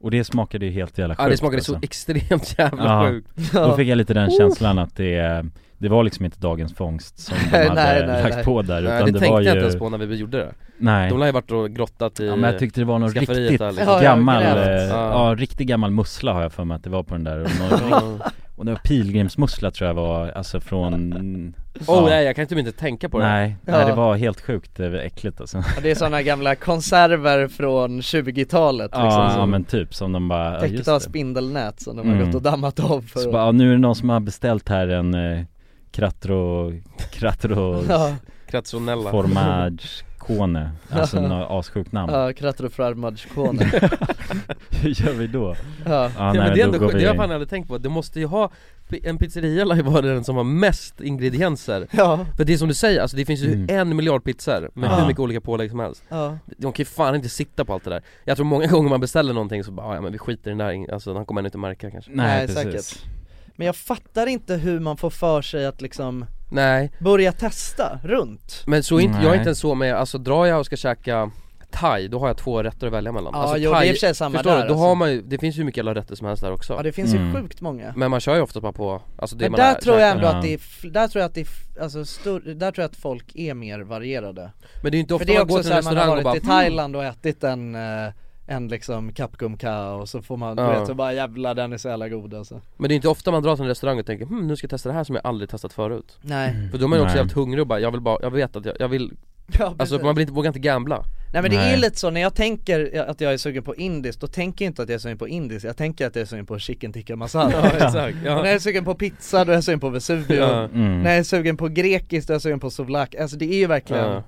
Speaker 3: Och det smakade ju helt jävla sjukt
Speaker 2: Ja det smakade så Oh.
Speaker 3: alltså.
Speaker 2: extremt jävla sjukt
Speaker 3: Då fick jag lite den känslan att det, det var liksom inte dagens fångst som de hade lagt på där
Speaker 2: nej,
Speaker 3: utan
Speaker 2: det,
Speaker 3: det,
Speaker 2: tänkte
Speaker 3: var
Speaker 2: jag
Speaker 3: ju
Speaker 2: inte ens på när vi gjorde det
Speaker 3: Nej.
Speaker 2: De lär ju varit och grottat i
Speaker 3: Ja, men jag tyckte det var någon
Speaker 2: skafferiet
Speaker 3: riktigt
Speaker 2: där, liksom.
Speaker 3: gammal,
Speaker 2: Ja,
Speaker 3: ja,
Speaker 2: grävt.
Speaker 3: ja. riktig gammal mussla har jag för mig att det var på den där och, någon, och det var pilgrimsmussla tror jag var, alltså från
Speaker 2: Oh
Speaker 3: ja.
Speaker 2: nej jag kan typ inte tänka på det
Speaker 3: Nej, nej det
Speaker 1: Ja.
Speaker 3: var helt sjukt eh, äckligt alltså
Speaker 1: Ja, Det är sådana gamla konserver från 20-talet liksom,
Speaker 3: Ja, ja
Speaker 1: som
Speaker 3: men typ som de bara, ja, just
Speaker 1: täcket av spindelnät som de har
Speaker 3: Mm.
Speaker 1: gått och dammat av för
Speaker 3: Så
Speaker 1: att-
Speaker 3: bara, ja, nu är det någon som har beställt här en eh, Kratro, kratro
Speaker 1: Ja.
Speaker 2: Kratzonella.
Speaker 3: Formage Kone, alltså
Speaker 1: Ja.
Speaker 3: något assjukt namn
Speaker 1: Ja, kratrofrarmadjkone
Speaker 3: Hur gör vi då?
Speaker 1: Ja.
Speaker 2: Ja,
Speaker 3: nej,
Speaker 2: men det är ändå
Speaker 3: då går
Speaker 2: sjukt, det har
Speaker 3: vi-
Speaker 2: jag fan aldrig tänkt på, du måste ju ha En pizzeria lär ju vara den som har mest ingredienser
Speaker 1: Ja.
Speaker 2: För det är som du säger, alltså det finns
Speaker 3: Mm.
Speaker 2: ju en miljard pizzor med
Speaker 1: Ja.
Speaker 2: hur mycket olika pålägg som helst
Speaker 1: Ja.
Speaker 2: De kan ju fan inte sitta på allt det där Jag tror många gånger man beställer någonting så bara "Ah, ja men vi skiter i den där, in- alltså han kommer ändå inte märka kanske
Speaker 1: Nej, säkert Men jag fattar inte hur man får för sig att liksom
Speaker 2: Nej
Speaker 1: Börja testa runt
Speaker 2: Men så är inte, jag är
Speaker 1: Nej.
Speaker 2: inte ens så med, alltså drar jag och ska käka thai, då har jag två rätter att välja mellan
Speaker 1: Ja,
Speaker 2: alltså,
Speaker 1: jo, det är i och för sig samma
Speaker 2: förstår
Speaker 1: där,
Speaker 2: du? Då
Speaker 1: alltså.
Speaker 2: har man ju, det finns ju hur mycket jävla rätter som helst där också
Speaker 1: Ja det finns
Speaker 3: Mm.
Speaker 1: ju sjukt många
Speaker 2: Men man kör ju ofta bara på, alltså det
Speaker 1: Men
Speaker 2: man
Speaker 1: där
Speaker 2: har
Speaker 1: tror jag
Speaker 2: käkat.
Speaker 1: ändå att det är, fl- där tror jag att det är, f- alltså stor, där tror jag att folk är mer varierade
Speaker 2: Men det är ju inte ofta
Speaker 1: För det är
Speaker 2: man går
Speaker 1: också
Speaker 2: till en
Speaker 1: såhär, man har
Speaker 2: restaurang och
Speaker 1: varit
Speaker 2: bara, "Hmm." "Mm."
Speaker 1: i Thailand och ätit en, eh, en liksom kapkumka och så får man,
Speaker 2: Ja.
Speaker 1: du vet, så bara jävlar den är så jävla god alltså
Speaker 2: Men det är inte ofta man drar till en restaurang och tänker hm, nu ska jag testa det här som jag aldrig testat förut
Speaker 1: Nej. Mm.
Speaker 2: För då är man ju också
Speaker 1: Nej.
Speaker 2: jävligt hungrig och bara, jag vill bara, jag vet att jag, jag vill
Speaker 1: Ja,
Speaker 2: Alltså
Speaker 1: precis.
Speaker 2: man vill inte, vågar inte gambla
Speaker 1: Nej men det är lite så, när jag tänker att jag är sugen på indiskt, då tänker jag inte att jag är sugen på indiskt, jag tänker att jag är sugen på chicken tikka masala
Speaker 2: Ja, exakt, ja.
Speaker 1: Och När jag är sugen på pizza, då är jag sugen på Vesuvio
Speaker 2: Ja. Mm.
Speaker 1: När jag är sugen på grekiskt, då är jag sugen på souvlaki, alltså det är ju verkligen,
Speaker 2: Ja.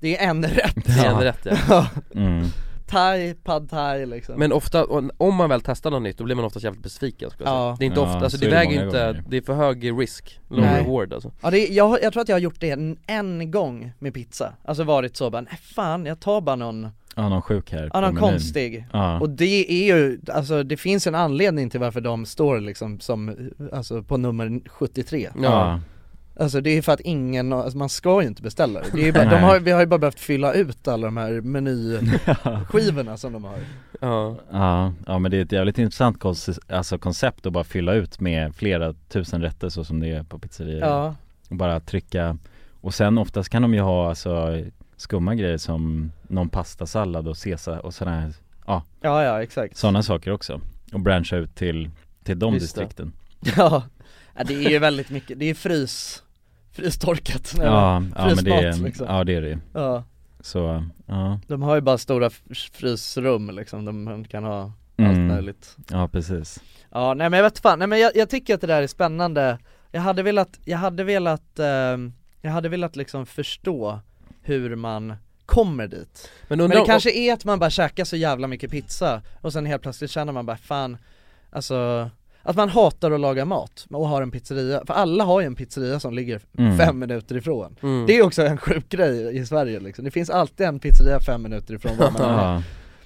Speaker 1: det är en rätt
Speaker 2: Det är en rätt, ja. Mm.
Speaker 1: Thai, pad thai liksom
Speaker 2: Men ofta, om man väl testar något nytt då blir man oftast jävligt besviken skulle jag säga
Speaker 1: Ja.
Speaker 2: Det är inte
Speaker 1: Ja,
Speaker 2: ofta, alltså
Speaker 1: så
Speaker 2: det
Speaker 1: är det
Speaker 2: väger ju
Speaker 1: många
Speaker 2: inte,
Speaker 1: gånger.
Speaker 2: det är för hög risk, low
Speaker 1: Nej.
Speaker 2: reward alltså
Speaker 1: Ja, det, är- jag, jag tror att jag har gjort det en, en gång med pizza, alltså varit så bara, nej fan jag tar bara någon
Speaker 3: Ja någon sjuk här på
Speaker 1: Ja någon
Speaker 3: menyn.
Speaker 1: konstig,
Speaker 3: Ja.
Speaker 1: och det är ju, alltså det finns en anledning till varför de står liksom som, alltså på nummer 73
Speaker 3: Ja.
Speaker 1: Alltså det är för att ingen, alltså, man ska ju inte beställa det, det är ju bara, de
Speaker 2: Nej.
Speaker 1: har, vi har ju bara behövt fylla ut alla de här menyskivorna som de har
Speaker 2: Ja.
Speaker 3: Ja, ja men det är ett jävligt intressant konce- alltså, koncept att bara fylla ut med flera tusen rätter så som det är på pizzerior
Speaker 1: Ja.
Speaker 3: Och bara trycka Och sen oftast kan de ju ha alltså skumma grejer som någon pastasallad och caesar och sådana här, ja
Speaker 1: Ja ja, exakt
Speaker 3: Sådana saker också Och branscha ut till, till de
Speaker 1: Just det.
Speaker 3: distrikten
Speaker 1: Ja, Ja, det är ju väldigt mycket, det är frys, frystorkat
Speaker 3: Ja, ja men det
Speaker 1: Frysmat, liksom.
Speaker 3: är, ja det är det ju.
Speaker 1: Ja.
Speaker 3: Så, ja
Speaker 1: De har ju bara stora f- frysrum liksom, de kan ha allt
Speaker 3: Mm.
Speaker 1: möjligt
Speaker 3: Ja precis
Speaker 1: Ja nej men jag vet fan, nej men jag, jag tycker att det där är spännande Jag hade velat, jag hade velat ehm, jag hade velat liksom förstå hur man kommer dit
Speaker 2: Men,
Speaker 1: Men
Speaker 2: undrar
Speaker 1: det
Speaker 2: om-
Speaker 1: kanske är att man bara käkar så jävla mycket pizza och sen helt plötsligt känner man bara fan, alltså att man hatar att laga mat och har en pizzeria, för alla har ju en pizzeria som ligger
Speaker 3: Mm.
Speaker 1: fem minuter ifrån
Speaker 2: Mm.
Speaker 1: Det är också en sjuk grej i Sverige liksom, det finns alltid en pizzeria fem minuter ifrån var man är
Speaker 3: Ja.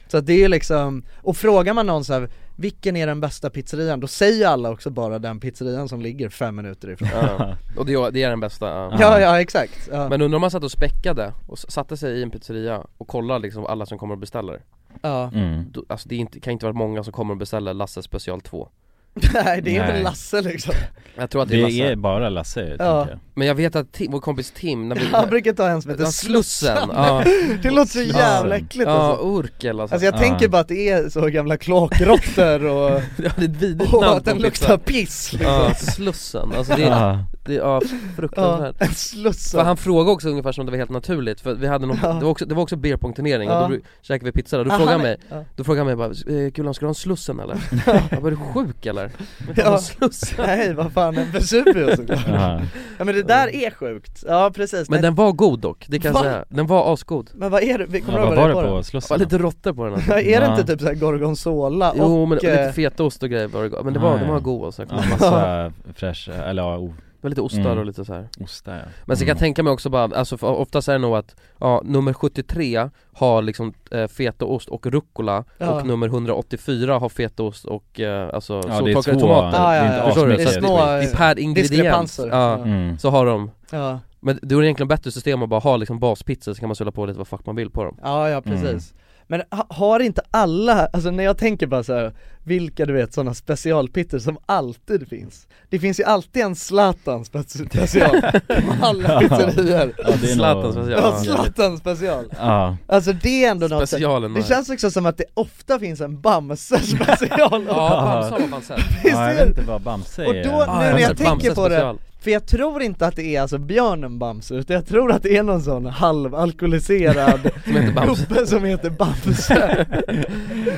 Speaker 1: Så att det är liksom, och frågar man någon så här, vilken är den bästa pizzerian? Då säger alla också bara den pizzerian som ligger fem minuter ifrån
Speaker 2: Ja. Och det, det är den bästa ja.
Speaker 1: Ja ja exakt, ja.
Speaker 2: Men undrar om man satt och späckade och s- satte sig i en pizzeria och kollade liksom alla som kommer och beställer
Speaker 1: ja.
Speaker 3: Mm.
Speaker 2: Då- Alltså det är inte, kan inte vara många som kommer och beställer Lasse special 2
Speaker 1: Nej det är inte
Speaker 3: Nej.
Speaker 1: Lasse liksom,
Speaker 2: Jag tror att det är Lasse
Speaker 3: Det är bara Lasse, tänker
Speaker 1: Ja.
Speaker 3: jag.
Speaker 2: Men jag vet att Tim, vår kompis Tim, när vi
Speaker 1: han brukar ta en som heter
Speaker 2: Ja, Slussen, ja,
Speaker 1: Det låter så jävla äckligt
Speaker 2: ja
Speaker 1: alltså.
Speaker 2: Urkel alltså,
Speaker 1: Alltså jag
Speaker 3: Ja.
Speaker 1: tänker bara att det är så gamla kloakråttor och,
Speaker 2: ja, det är ett vidrigt namn
Speaker 1: och att
Speaker 2: på
Speaker 1: den
Speaker 2: en pizza.
Speaker 1: luktar piss liksom.
Speaker 2: Ja, Slussen, alltså det är,
Speaker 3: Ja.
Speaker 2: det är ja,
Speaker 1: Ja,
Speaker 2: fruktansvärt
Speaker 1: en
Speaker 2: För
Speaker 1: slussa.
Speaker 2: han frågade också ungefär som det var helt naturligt, för vi hade någon,
Speaker 1: Ja.
Speaker 2: det, var också, det var också beer pong-turnering
Speaker 1: Ja.
Speaker 2: och då bru- käkade vi pizza där, då
Speaker 1: Ah,
Speaker 2: frågade
Speaker 1: han-
Speaker 2: han mig,
Speaker 1: ja.
Speaker 2: då frågade han mig bara eh, 'Kulan, ska du ha en Slussen eller?' jag bara 'Är du sjuk eller?' Men fan,
Speaker 1: Ja.
Speaker 2: Slussen.
Speaker 1: Nej vad fan, en Vesuvio såklart.
Speaker 3: Ja.
Speaker 1: Ja men det där är sjukt, ja precis.
Speaker 2: Men
Speaker 1: Men,
Speaker 2: den var god dock, det kan jag
Speaker 1: Va?
Speaker 2: säga, den var asgod
Speaker 1: men vad är det, vi kommer
Speaker 3: Ja,
Speaker 1: ihåg
Speaker 3: vad
Speaker 1: vad
Speaker 3: var
Speaker 1: det
Speaker 3: det på
Speaker 1: är på
Speaker 2: Det var
Speaker 3: Slussen?
Speaker 2: lite råttor på den alltså.
Speaker 1: den? Är det inte
Speaker 3: Ja.
Speaker 1: typ såhär gorgonzola
Speaker 2: Jo
Speaker 1: och...
Speaker 2: men lite
Speaker 1: eh,
Speaker 2: fetaost och grejer var det gott, men det var,
Speaker 3: Nej.
Speaker 2: den var god alltså, jag kommer
Speaker 3: Ja,
Speaker 2: ihåg.
Speaker 3: massa fräscha, eller ja, o-
Speaker 2: Det var lite ostar
Speaker 3: Mm.
Speaker 2: och lite så här.
Speaker 3: ostar ja. Mm.
Speaker 2: Men sen kan jag tänka mig också bara, alltså för oftast är det nog att, ja, nummer 73 har liksom eh, fetaost och rucola
Speaker 1: Ja.
Speaker 2: och nummer 184 har fetaost och eh, alltså
Speaker 3: Ja det är
Speaker 2: soltorkade
Speaker 3: två,
Speaker 2: tomater
Speaker 1: Ja, ja,
Speaker 3: det är
Speaker 1: ja.
Speaker 3: inte
Speaker 2: Förstår du?
Speaker 3: asmycket
Speaker 2: Det
Speaker 1: är små-
Speaker 2: I per ingrediens,
Speaker 1: Diskrepanser.
Speaker 2: ja,
Speaker 3: Mm.
Speaker 2: så har de
Speaker 1: Ja,
Speaker 2: Men det är egentligen bättre system att bara ha liksom baspizza så kan man sulla på lite vad fuck man vill på dem
Speaker 1: ja, ja
Speaker 2: Mm.
Speaker 1: precis. Men ha, har inte alla, alltså när jag tänker bara så här, vilka du vet sådana specialpizzor som alltid finns. Det finns ju alltid en Zlatan speci- special på alla pizzerior.
Speaker 3: Ja, det är
Speaker 2: Zlatan
Speaker 3: nog...
Speaker 2: special
Speaker 1: Ja,
Speaker 2: ja,
Speaker 1: Zlatan special.
Speaker 3: Ja,
Speaker 1: Alltså det är ändå något
Speaker 2: Specialen
Speaker 1: Det
Speaker 2: här.
Speaker 1: känns också som att det ofta finns en Bamse special
Speaker 2: Ja, Bamse har man sett
Speaker 1: Visst
Speaker 3: ja jag
Speaker 1: är
Speaker 3: vet
Speaker 1: det?
Speaker 3: inte vad Bamse är
Speaker 1: Och då, nu när
Speaker 2: Bamse-
Speaker 1: jag tänker på det,
Speaker 2: Bamse-special.
Speaker 1: för jag tror inte att det är alltså björnen Bamse, utan jag tror att det är någon sån halvalkoholiserad
Speaker 2: Som heter Bamse.
Speaker 1: gubbe som heter Bamse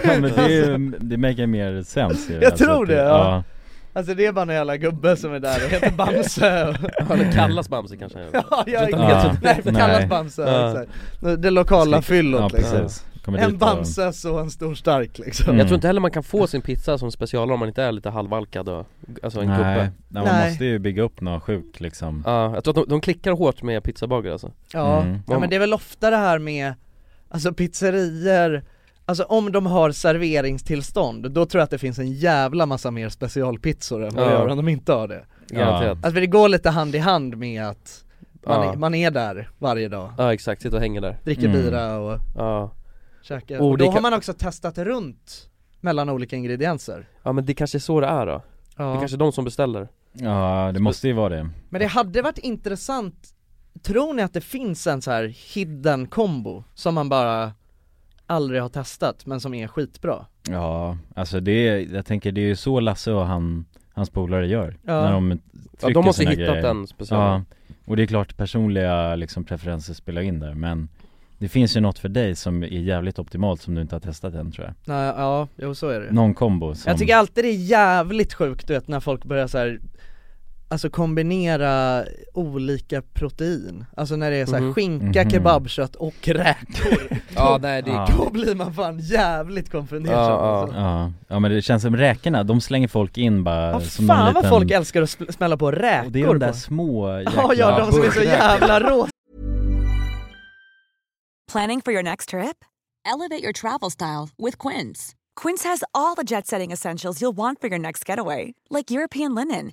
Speaker 3: Ja, men det, är ju, det maker mer sens ju.
Speaker 1: Jag tror det, ja. Alltså det är bara någon jävla gubbe som är där och heter Bamse
Speaker 2: Han kallas Bamse kanske
Speaker 1: Ja, jag,
Speaker 2: Utan
Speaker 1: ja.
Speaker 3: helt-
Speaker 1: Nej, för kallas
Speaker 3: Nej.
Speaker 1: Bamse,
Speaker 2: Ja.
Speaker 1: exakt. Det lokala
Speaker 3: Ja
Speaker 1: fyllot liksom
Speaker 3: precis, kommer
Speaker 1: En
Speaker 3: dit och-
Speaker 1: Bamses och en stor stark liksom
Speaker 3: Mm.
Speaker 2: Jag tror inte heller man kan få sin pizza som specialare om man inte är lite halvalkad och, alltså en
Speaker 3: Nej,
Speaker 2: gubbe
Speaker 3: Nej, man
Speaker 1: Nej.
Speaker 3: måste ju bygga upp något sjukt liksom
Speaker 2: Ja, jag tror att de, de klickar hårt med pizzabagare alltså
Speaker 1: Ja,
Speaker 3: Mm.
Speaker 1: ja men det är väl ofta det här med, alltså pizzerier, alltså om de har serveringstillstånd, då tror jag att det finns en jävla massa mer specialpizzor än vad det
Speaker 2: Ja.
Speaker 1: gör om de inte har det
Speaker 2: Garanterat
Speaker 1: Alltså för det går lite hand i hand med att man,
Speaker 2: Ja.
Speaker 1: är, man är där varje dag,
Speaker 2: Ja exakt, sitta och hänga där
Speaker 1: dricker
Speaker 3: Mm.
Speaker 1: bira och
Speaker 2: Ja
Speaker 1: käkar, och då
Speaker 2: Olika-
Speaker 1: har man också testat runt mellan olika ingredienser
Speaker 2: Ja men det kanske är så det är då, det
Speaker 1: ja.
Speaker 2: kanske är de som beställer
Speaker 3: Ja, det måste ju vara det
Speaker 1: Men det hade varit intressant, tror ni att det finns en så här hidden kombo som man bara aldrig har testat men som är skitbra?
Speaker 3: Ja, alltså det, är- jag tänker det är ju så Lasse och han, hans polare gör
Speaker 1: Ja.
Speaker 3: När de
Speaker 2: Ja
Speaker 3: trycker
Speaker 2: de måste
Speaker 3: sina
Speaker 2: ju
Speaker 3: grejer.
Speaker 2: hittat den specialen
Speaker 3: Ja, och det är klart personliga liksom, preferenser spelar in där men Det finns ju något för dig som är jävligt optimalt som du inte har testat än tror jag
Speaker 1: Nej, ja, jo så är det
Speaker 3: Någon kombo som...
Speaker 1: Jag tycker alltid det är jävligt sjukt du vet när folk börjar så här. Alltså kombinera olika protein, alltså när det är så här
Speaker 2: Mhm.
Speaker 1: skinka,
Speaker 3: Mhm.
Speaker 1: kebabkött och räkor
Speaker 2: Ja nej det är
Speaker 3: Ja.
Speaker 1: Då blir man fan jävligt konfunderad
Speaker 2: Ja, ja.
Speaker 1: alltså.
Speaker 3: Ja, ja men det känns som räkorna, de slänger folk in bara eh,
Speaker 1: Ja,
Speaker 3: som
Speaker 1: fan
Speaker 3: någon
Speaker 1: vad
Speaker 3: liten...
Speaker 1: folk älskar att sm- smälla på räkor
Speaker 3: Och det är de där
Speaker 1: på.
Speaker 3: små
Speaker 1: Ja, ja de som är så jävla rosa
Speaker 12: Planning for your next trip? Elevate your travel style with Quince. Quince has all the jet setting essentials you'll want for your next getaway, like European linen,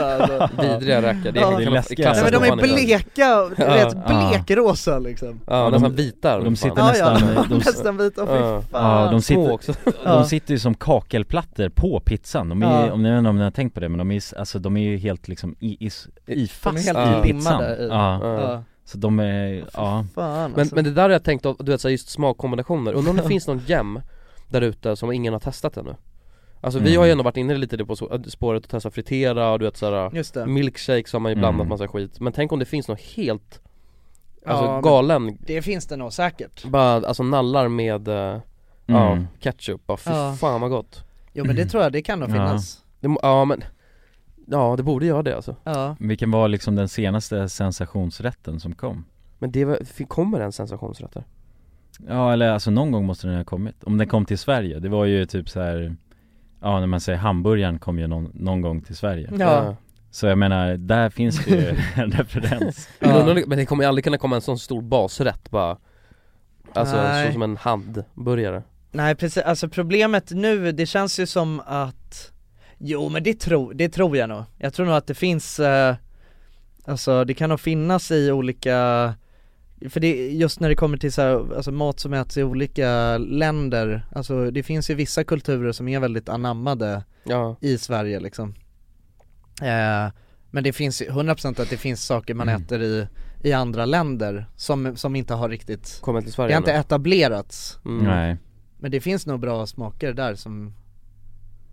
Speaker 1: här, då.
Speaker 2: Vidriga rackare, det kan man- det
Speaker 1: alltså. Nej
Speaker 2: klassas
Speaker 1: men de
Speaker 2: som
Speaker 1: är
Speaker 2: vanliga.
Speaker 1: bleka, du vet
Speaker 3: Ja.
Speaker 1: blekrosa liksom
Speaker 2: Ja,
Speaker 3: de-
Speaker 2: nästan bitar
Speaker 3: de
Speaker 2: liksom.
Speaker 3: sitter
Speaker 1: Ja, ja,
Speaker 3: nästan, de-
Speaker 1: nästan vita, fy
Speaker 2: Ja.
Speaker 1: fan.
Speaker 3: Ja, de
Speaker 2: Små
Speaker 3: sitter,
Speaker 2: också.
Speaker 1: Ja.
Speaker 3: de sitter ju som kakelplattor på pizzan. De är ju,
Speaker 1: Ja.
Speaker 3: om ni jag vet inte om ni har tänkt på det, men de är, ju- alltså, de är ju helt liksom i, i, i fast
Speaker 2: helt limmade
Speaker 3: i pizzan.
Speaker 2: i.
Speaker 3: Ja.
Speaker 2: Ja.
Speaker 3: Så de är, ja.
Speaker 1: Fan, alltså.
Speaker 2: men, men det där har jag tänkt, om, du vet så här, just smakkombinationer, undrar om det finns någon gem där ute som ingen har testat ännu Alltså vi
Speaker 3: Mm.
Speaker 2: har ju ändå varit inne lite i det på så- äh, spåret att testa fritera och du vet
Speaker 1: Just det.
Speaker 2: såhär Milkshakes har man ju
Speaker 1: Mm.
Speaker 2: blandat massa skit, men tänk om det finns något helt Alltså
Speaker 1: Ja, men
Speaker 2: galen,
Speaker 1: Det finns det nog säkert
Speaker 2: bara alltså nallar med eh, ja,
Speaker 3: Mm.
Speaker 2: ketchup, bara fy
Speaker 1: Ja.
Speaker 2: fan vad gott
Speaker 1: Jo men det tror jag, det kan nog
Speaker 3: Ja.
Speaker 1: finnas
Speaker 2: det, må- Ja men, ja det borde göra det alltså
Speaker 1: Ja
Speaker 3: Vilken var liksom den senaste sensationsrätten som kom?
Speaker 2: Men det, var- fin- kommer en sensationsrätt där?
Speaker 3: Ja eller alltså någon gång måste den ha kommit, om den kom till Sverige, det var ju typ så här Ja när man säger hamburgaren kom ju någon, någon gång till Sverige
Speaker 2: Ja.
Speaker 3: Så jag menar, där finns det ju en referens
Speaker 2: Men undrar- Men det kommer ju aldrig kunna komma en sån stor basrätt bara Alltså
Speaker 1: Nej.
Speaker 2: så som en handburgare
Speaker 1: Nej precis, alltså problemet nu, det känns ju som att Jo men det, tro, det tror jag nog, jag tror nog att det finns eh, Alltså det kan nog finnas i olika För det, just när det kommer till så här, alltså mat som äts i olika länder Alltså det finns ju vissa kulturer som är väldigt anammade
Speaker 2: Ja.
Speaker 1: i Sverige liksom eh, Men det finns ju 100% att det finns saker man äter i, i andra länder som, som inte har riktigt
Speaker 2: Kommer till Sverige
Speaker 1: Det har inte
Speaker 2: nu.
Speaker 1: etablerats
Speaker 2: Mm. Nej.
Speaker 1: Men det finns nog bra smaker där som,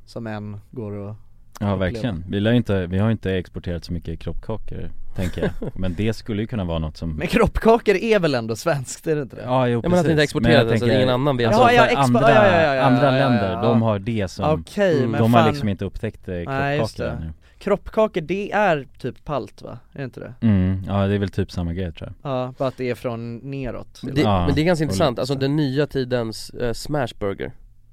Speaker 1: som en går att
Speaker 3: Ja verkligen, vi, lär ju inte, vi har ju inte exporterat så mycket kroppkakor tänker jag Men det skulle ju kunna vara något som
Speaker 1: Men kroppkakor är väl ändå svenskt, är det inte det?
Speaker 3: Ja, jo,
Speaker 2: men att det inte
Speaker 3: precis.
Speaker 2: exporteras,
Speaker 3: jag
Speaker 2: alltså,
Speaker 3: tänker-
Speaker 2: ingen annan vet.
Speaker 3: alltså,
Speaker 2: Ja, ja,
Speaker 3: för
Speaker 2: expo-
Speaker 3: andra,
Speaker 2: ja, ja, ja, ja,
Speaker 3: andra
Speaker 2: ja, ja,
Speaker 3: länder,
Speaker 1: ja.
Speaker 3: de har det som,
Speaker 1: Okej,
Speaker 3: de
Speaker 1: men
Speaker 3: har
Speaker 1: fan-
Speaker 3: liksom inte upptäckt eh,
Speaker 1: Nej, just
Speaker 3: kroppkakor
Speaker 1: det.
Speaker 3: ännu.
Speaker 1: Kroppkakor det är typ palt va? Är det inte det?
Speaker 3: mm, ja det är väl typ samma grej tror jag
Speaker 1: Ja, bara att det är från neråt
Speaker 2: det,
Speaker 3: Ja.
Speaker 2: Men det är
Speaker 3: och
Speaker 2: ganska intressant,
Speaker 3: lite
Speaker 2: alltså den nya tidens eh, smashburger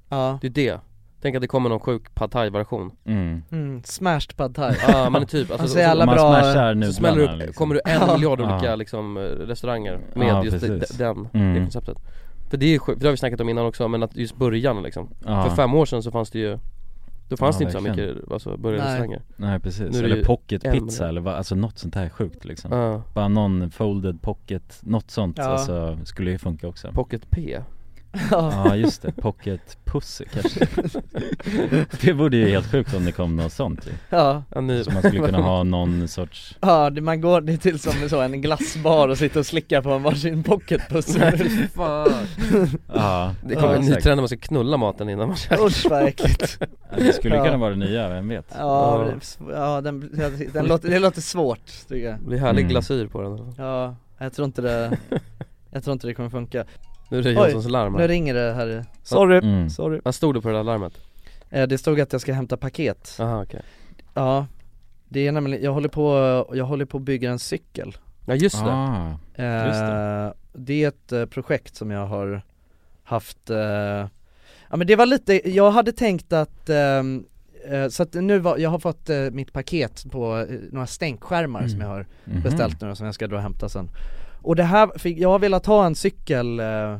Speaker 1: Ja.
Speaker 2: Det är det Tänk att det kommer någon sjuk pad thai version
Speaker 3: Mm.
Speaker 1: mm, Smashed pad thai
Speaker 2: Ja men typ, alltså,
Speaker 1: alltså, alla bra
Speaker 2: så smäller upp,
Speaker 3: liksom.
Speaker 2: kommer du en
Speaker 1: Ja.
Speaker 2: miljard
Speaker 1: Ja.
Speaker 2: olika liksom eh, restauranger med
Speaker 3: Ja,
Speaker 2: just det,
Speaker 3: precis.
Speaker 2: den, det
Speaker 3: Mm.
Speaker 2: konceptet För det är sjukt, för det har vi snackat om innan också men att just början liksom
Speaker 3: Ja.
Speaker 2: För fem år sedan så fanns det ju Då fanns
Speaker 3: Ja,
Speaker 2: det inte så här
Speaker 3: verkligen.
Speaker 2: mycket alltså, burgarrestauranger
Speaker 3: Nej precis,
Speaker 2: Nu är det
Speaker 3: eller
Speaker 2: ju en
Speaker 3: pocketpizza
Speaker 2: miljard.
Speaker 3: eller vad, alltså något sånt här sjukt liksom
Speaker 2: Ja.
Speaker 3: Bara någon folded pocket, något sånt
Speaker 2: Ja.
Speaker 3: alltså, skulle ju funka också
Speaker 2: Pocket P
Speaker 3: Ja just det, pocket pussy kanske Det vore ju helt sjukt om det kom något sånt ju
Speaker 1: Ja. Ja,
Speaker 2: nu-
Speaker 3: Så man skulle kunna ha någon sorts
Speaker 1: Ja, det, man går det till som så en glassbar och sitter och slickar på en varsin pocketpuss
Speaker 2: Nej, fan.
Speaker 3: Ja.
Speaker 2: Det kommer en ny
Speaker 3: exakt.
Speaker 2: trend när man ska knulla maten innan man käkar
Speaker 1: Usch, vad äckligt.
Speaker 3: Ja, Det skulle ju kunna
Speaker 1: Ja.
Speaker 3: vara det nya, vem vet?
Speaker 1: Ja, det- ja den, den låter, det låter svårt tycker jag
Speaker 2: Det blir härlig glasyr på den
Speaker 1: Ja, jag tror inte det, jag tror inte det kommer funka
Speaker 2: Nu är det
Speaker 1: Oj,
Speaker 2: Janssons larm här.
Speaker 1: Nu ringer det här
Speaker 2: Sorry.
Speaker 3: Mm.
Speaker 1: sorry
Speaker 2: Vad stod det på det där larmet?
Speaker 1: eh, Det stod att jag ska hämta paket
Speaker 2: Aha, okej
Speaker 1: Ja, det är nämligen, jag håller på, jag håller på att bygga en cykel
Speaker 2: Ja just det.
Speaker 3: Ah,
Speaker 1: eh,
Speaker 2: just
Speaker 1: det. är ett eh, projekt som jag har haft eh, Ja men det var lite, jag hade tänkt att ehm, eh, så att nu var, jag har fått eh, mitt paket på eh, några stänkskärmar som jag har
Speaker 3: Mhm.
Speaker 1: beställt nu som jag ska dra och hämta sen Och det här, för jag har velat ha en cykel, eh,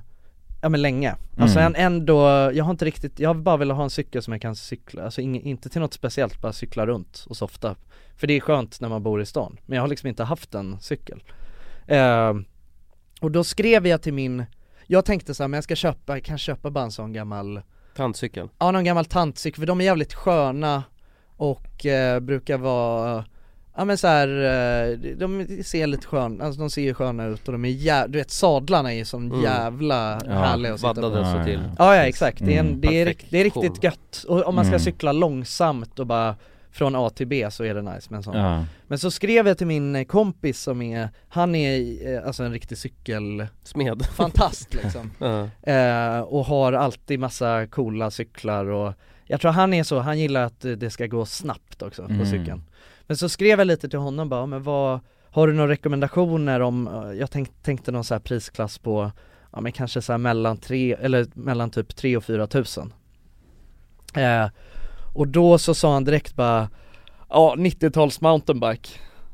Speaker 1: ja men länge Alltså
Speaker 3: Mm.
Speaker 1: en, ändå, jag har inte riktigt, jag har bara velat ha en cykel som jag kan cykla, alltså ing, inte till något speciellt, bara cykla runt och softa För det är skönt när man bor i stan, men jag har liksom inte haft en cykel eh, Och då skrev jag till min, jag tänkte så här, men jag ska köpa, jag kan köpa bara en sån gammal
Speaker 2: Tandcykel
Speaker 1: Ja någon gammal tantcykel, för de är jävligt sköna och eh, brukar vara Ja men så här, eh, de ser lite sköna, alltså de ser ju sköna ut och de är jä- du vet sadlarna är ju som
Speaker 2: Mm.
Speaker 1: jävla
Speaker 2: Ja,
Speaker 1: härliga att sitta på
Speaker 2: vaddade så till.
Speaker 1: Ja ja exakt, det är, en,
Speaker 2: Mm.
Speaker 1: det är,
Speaker 2: Perfekt
Speaker 1: rikt- det är riktigt
Speaker 2: show.
Speaker 1: gött och om man ska
Speaker 2: Mm.
Speaker 1: cykla långsamt och bara från A till B så är det nice med en sån
Speaker 3: Ja.
Speaker 1: Men så skrev jag till min eh, kompis som är, han är eh, alltså en riktig cykel
Speaker 2: Smed
Speaker 1: Fantast liksom
Speaker 2: Ja.
Speaker 1: Eh, och har alltid massa coola cyklar och jag tror han är så, han gillar att eh, det ska gå snabbt också på
Speaker 2: Mm.
Speaker 1: cykeln. Men så skrev jag lite till honom bara, men vad, har du några rekommendationer om, eh, jag tänk, tänkte någon så här prisklass på, ja men kanske så här mellan tre, eller mellan typ 3 och 4 tusen. Eh, och då så sa han direkt bara, ja 90-tals mountainbike.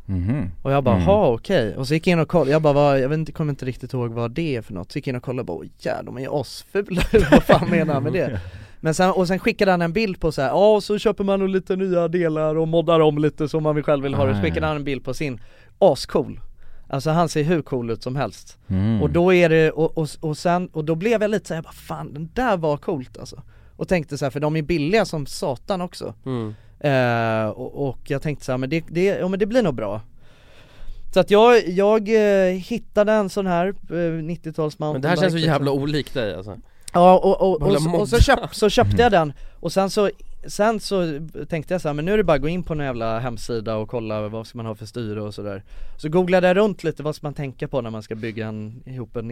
Speaker 3: Mhm.
Speaker 1: Och jag bara,
Speaker 3: Mm.
Speaker 1: jaha okej. Och så gick jag in och kollade, jag bara, vad, jag vet inte, kommer inte riktigt ihåg vad det är för något. Så gick jag in och kollade och bara, "Åh, jävlar de är ju asfula, vad fan menar han med det? Men sen, och sen skickade han en bild på så här, ja så köper man nog lite nya delar och moddar om lite som man vill själv vill ha det. Så
Speaker 2: Nej.
Speaker 1: skickade han en bild på sin, ascool. Alltså han ser hur cool ut som helst.
Speaker 2: Mm.
Speaker 1: Och då är det, och, och, och sen, och då blev jag lite såhär, bara fan den där var coolt alltså. Och tänkte så här, för de är billiga som satan också.
Speaker 2: Mm.
Speaker 1: Eh, och, och jag tänkte så här, men det, det, ja, men det blir nog bra. Så att jag, jag eh, hittade en sån här eh, 90-tals
Speaker 2: Men det här känns så
Speaker 1: mountainbike,
Speaker 2: jävla
Speaker 1: liksom.
Speaker 2: olikt dig alltså
Speaker 1: Ja och, och, och,
Speaker 2: Jävla
Speaker 1: så- och så,
Speaker 2: modda.
Speaker 1: köp, så köpte jag den och sen så Sen så tänkte jag så här, men nu är det bara att gå in på någon jävla hemsida och kolla vad ska man ha för styre och sådär Så googlade jag runt lite, vad ska man tänka på när man ska bygga en, ihop en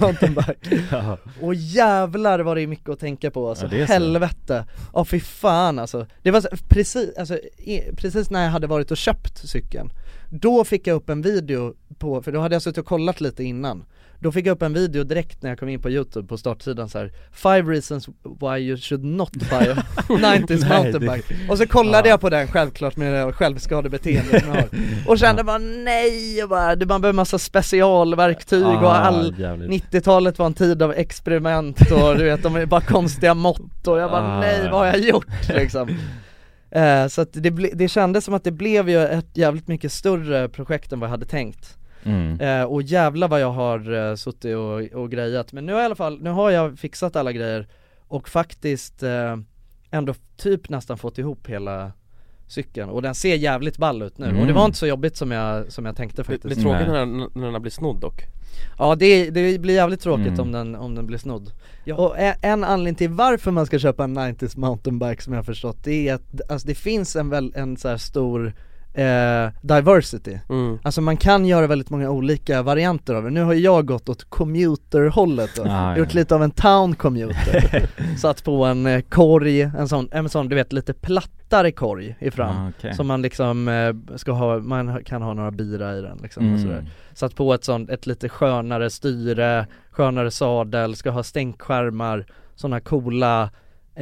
Speaker 1: mountainbike
Speaker 3: Ja.
Speaker 1: Och jävlar vad det är mycket att tänka på alltså,
Speaker 3: Ja, det är så.
Speaker 1: helvete! Ja fy fan alltså Det var så, precis, alltså, i, precis när jag hade varit och köpt cykeln Då fick jag upp en video på, för då hade jag suttit och kollat lite innan Då fick jag upp en video direkt när jag kom in på youtube på startsidan så här Five reasons why you should not buy a 90s
Speaker 2: Nej,
Speaker 1: mountainbike
Speaker 2: det-
Speaker 1: Och så kollade
Speaker 2: Ja.
Speaker 1: jag på den självklart med det här självskadebeteende man har Och kände bara nej, och bara, det- man behöver massa specialverktyg och
Speaker 2: Ah,
Speaker 1: all
Speaker 2: jävligt.
Speaker 1: 90-talet var en tid av experiment och du vet, de är bara konstiga mått och jag bara
Speaker 2: Ah.
Speaker 1: nej vad har jag gjort liksom Eh, Så att det, ble, det kändes som att det blev ju ett jävligt mycket större projekt än vad jag hade tänkt
Speaker 3: Mm.
Speaker 1: Eh, Och jävla vad jag har eh, suttit och, och grejat men nu har jag i alla fall, nu har jag fixat alla grejer och faktiskt eh, ändå typ nästan fått ihop hela cykeln och den ser jävligt ball ut nu och det
Speaker 2: Mm.
Speaker 1: var inte så jobbigt som jag, som jag tänkte
Speaker 2: Det
Speaker 1: faktiskt
Speaker 2: blir tråkigt när den, när den här blir snodd dock
Speaker 1: Ja det, det blir jävligt tråkigt
Speaker 2: Mm.
Speaker 1: om, den, om den blir snodd Och en, en anledning till varför man ska köpa en 90s mountainbike som jag har förstått det är att alltså, det finns en, väl, en så här stor eh, diversity Alltså man kan göra väldigt många olika varianter av det, nu har ju jag gått åt commuter-hållet då,
Speaker 2: Ah, ja.
Speaker 1: gjort lite av en town commuter Satt på en eh, korg, en sån, en sån du vet lite plattare korg ifram
Speaker 3: Ah, okej.
Speaker 1: Som man liksom eh, ska ha, man ha- kan ha några bira i den liksom och
Speaker 3: Mm.
Speaker 1: sådär Satt på ett sånt, ett lite skönare styre, skönare sadel, ska ha stänkskärmar, sådana coola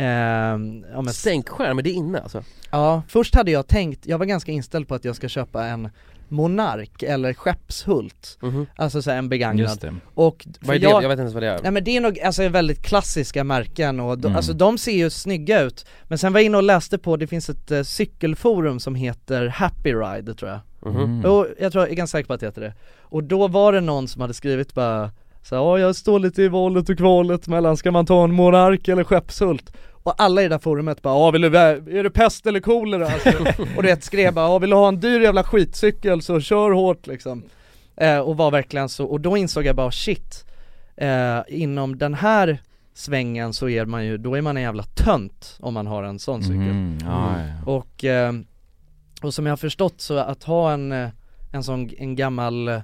Speaker 1: ehm, ja, men-
Speaker 2: Sänkskärm, är det inne alltså?
Speaker 1: Ja, först hade jag tänkt, jag var ganska inställd på att jag ska köpa en Monark eller Skeppshult Alltså så här en begagnad
Speaker 2: Mhm. Just det.
Speaker 1: Och
Speaker 2: Vad är
Speaker 1: för
Speaker 2: det? Jag vet inte ens vad det är.
Speaker 1: Nej men det är nog alltså väldigt klassiska märken och de,
Speaker 2: Mm.
Speaker 1: alltså de ser ju snygga ut Men sen var jag inne och läste på, det finns ett eh, cykelforum som heter Happy Ride tror jag
Speaker 2: Mhm. Mm.
Speaker 1: Jo, jag tror, jag är ganska säker på att det heter det Och då var det någon som hade skrivit bara så här, ja jag står lite i valet och kvalet mellan, ska man ta en monark eller skeppshult? Och alla i det där forumet bara, ja vill du, vä- är det pest eller kolera? Alltså, och du vet skrev bara, ja vill du ha en dyr jävla skitcykel så kör hårt liksom eh, Och var verkligen så, och då insåg jag bara shit eh, Inom den här svängen så är man ju, då är man en jävla tönt om man har en sån cykel
Speaker 3: Mm, ja, ja.
Speaker 1: och, eh, och som jag har förstått så att ha en, eh, en sån en gammal eh,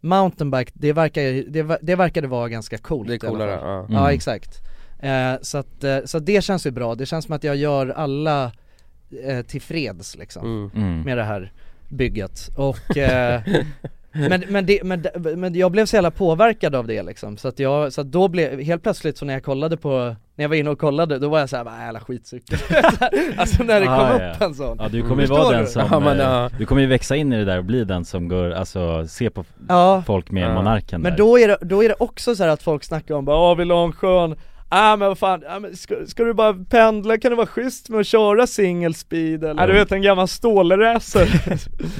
Speaker 1: mountainbike, det, verkar, det, ver- det verkade vara ganska coolt
Speaker 2: Det är
Speaker 1: i alla
Speaker 2: coolare,
Speaker 1: fall.
Speaker 2: ja.
Speaker 1: ja
Speaker 2: Mm.
Speaker 1: exakt eh, så, att, eh, så att det känns ju bra, det känns som att jag gör alla eh, tillfreds liksom
Speaker 2: Mm. Mm.
Speaker 1: med det här bygget och eh, men, men, det, men, men jag blev så jävla påverkad av det liksom, så att jag, så att då blev, helt plötsligt så när jag kollade på, när jag var inne och kollade, då var jag såhär, vad jävla skitcykel Alltså när det kom
Speaker 3: Ah,
Speaker 1: upp
Speaker 3: ja.
Speaker 1: en sån
Speaker 3: Ja du kommer ju
Speaker 1: Förstår
Speaker 3: vara den
Speaker 1: du?
Speaker 3: som, eh, du kommer ju växa in i det där och bli den som går, alltså se på f-
Speaker 1: Ja.
Speaker 3: folk med monarken
Speaker 1: Men
Speaker 3: där
Speaker 1: då är, det, då är det också så här att folk snackar om bara "Åh, vill du ha en skön, ah men vad fan, ah, men ska, ska du bara pendla kan det vara schysst med att köra single speed eller? Ja du vet en gammal stålracer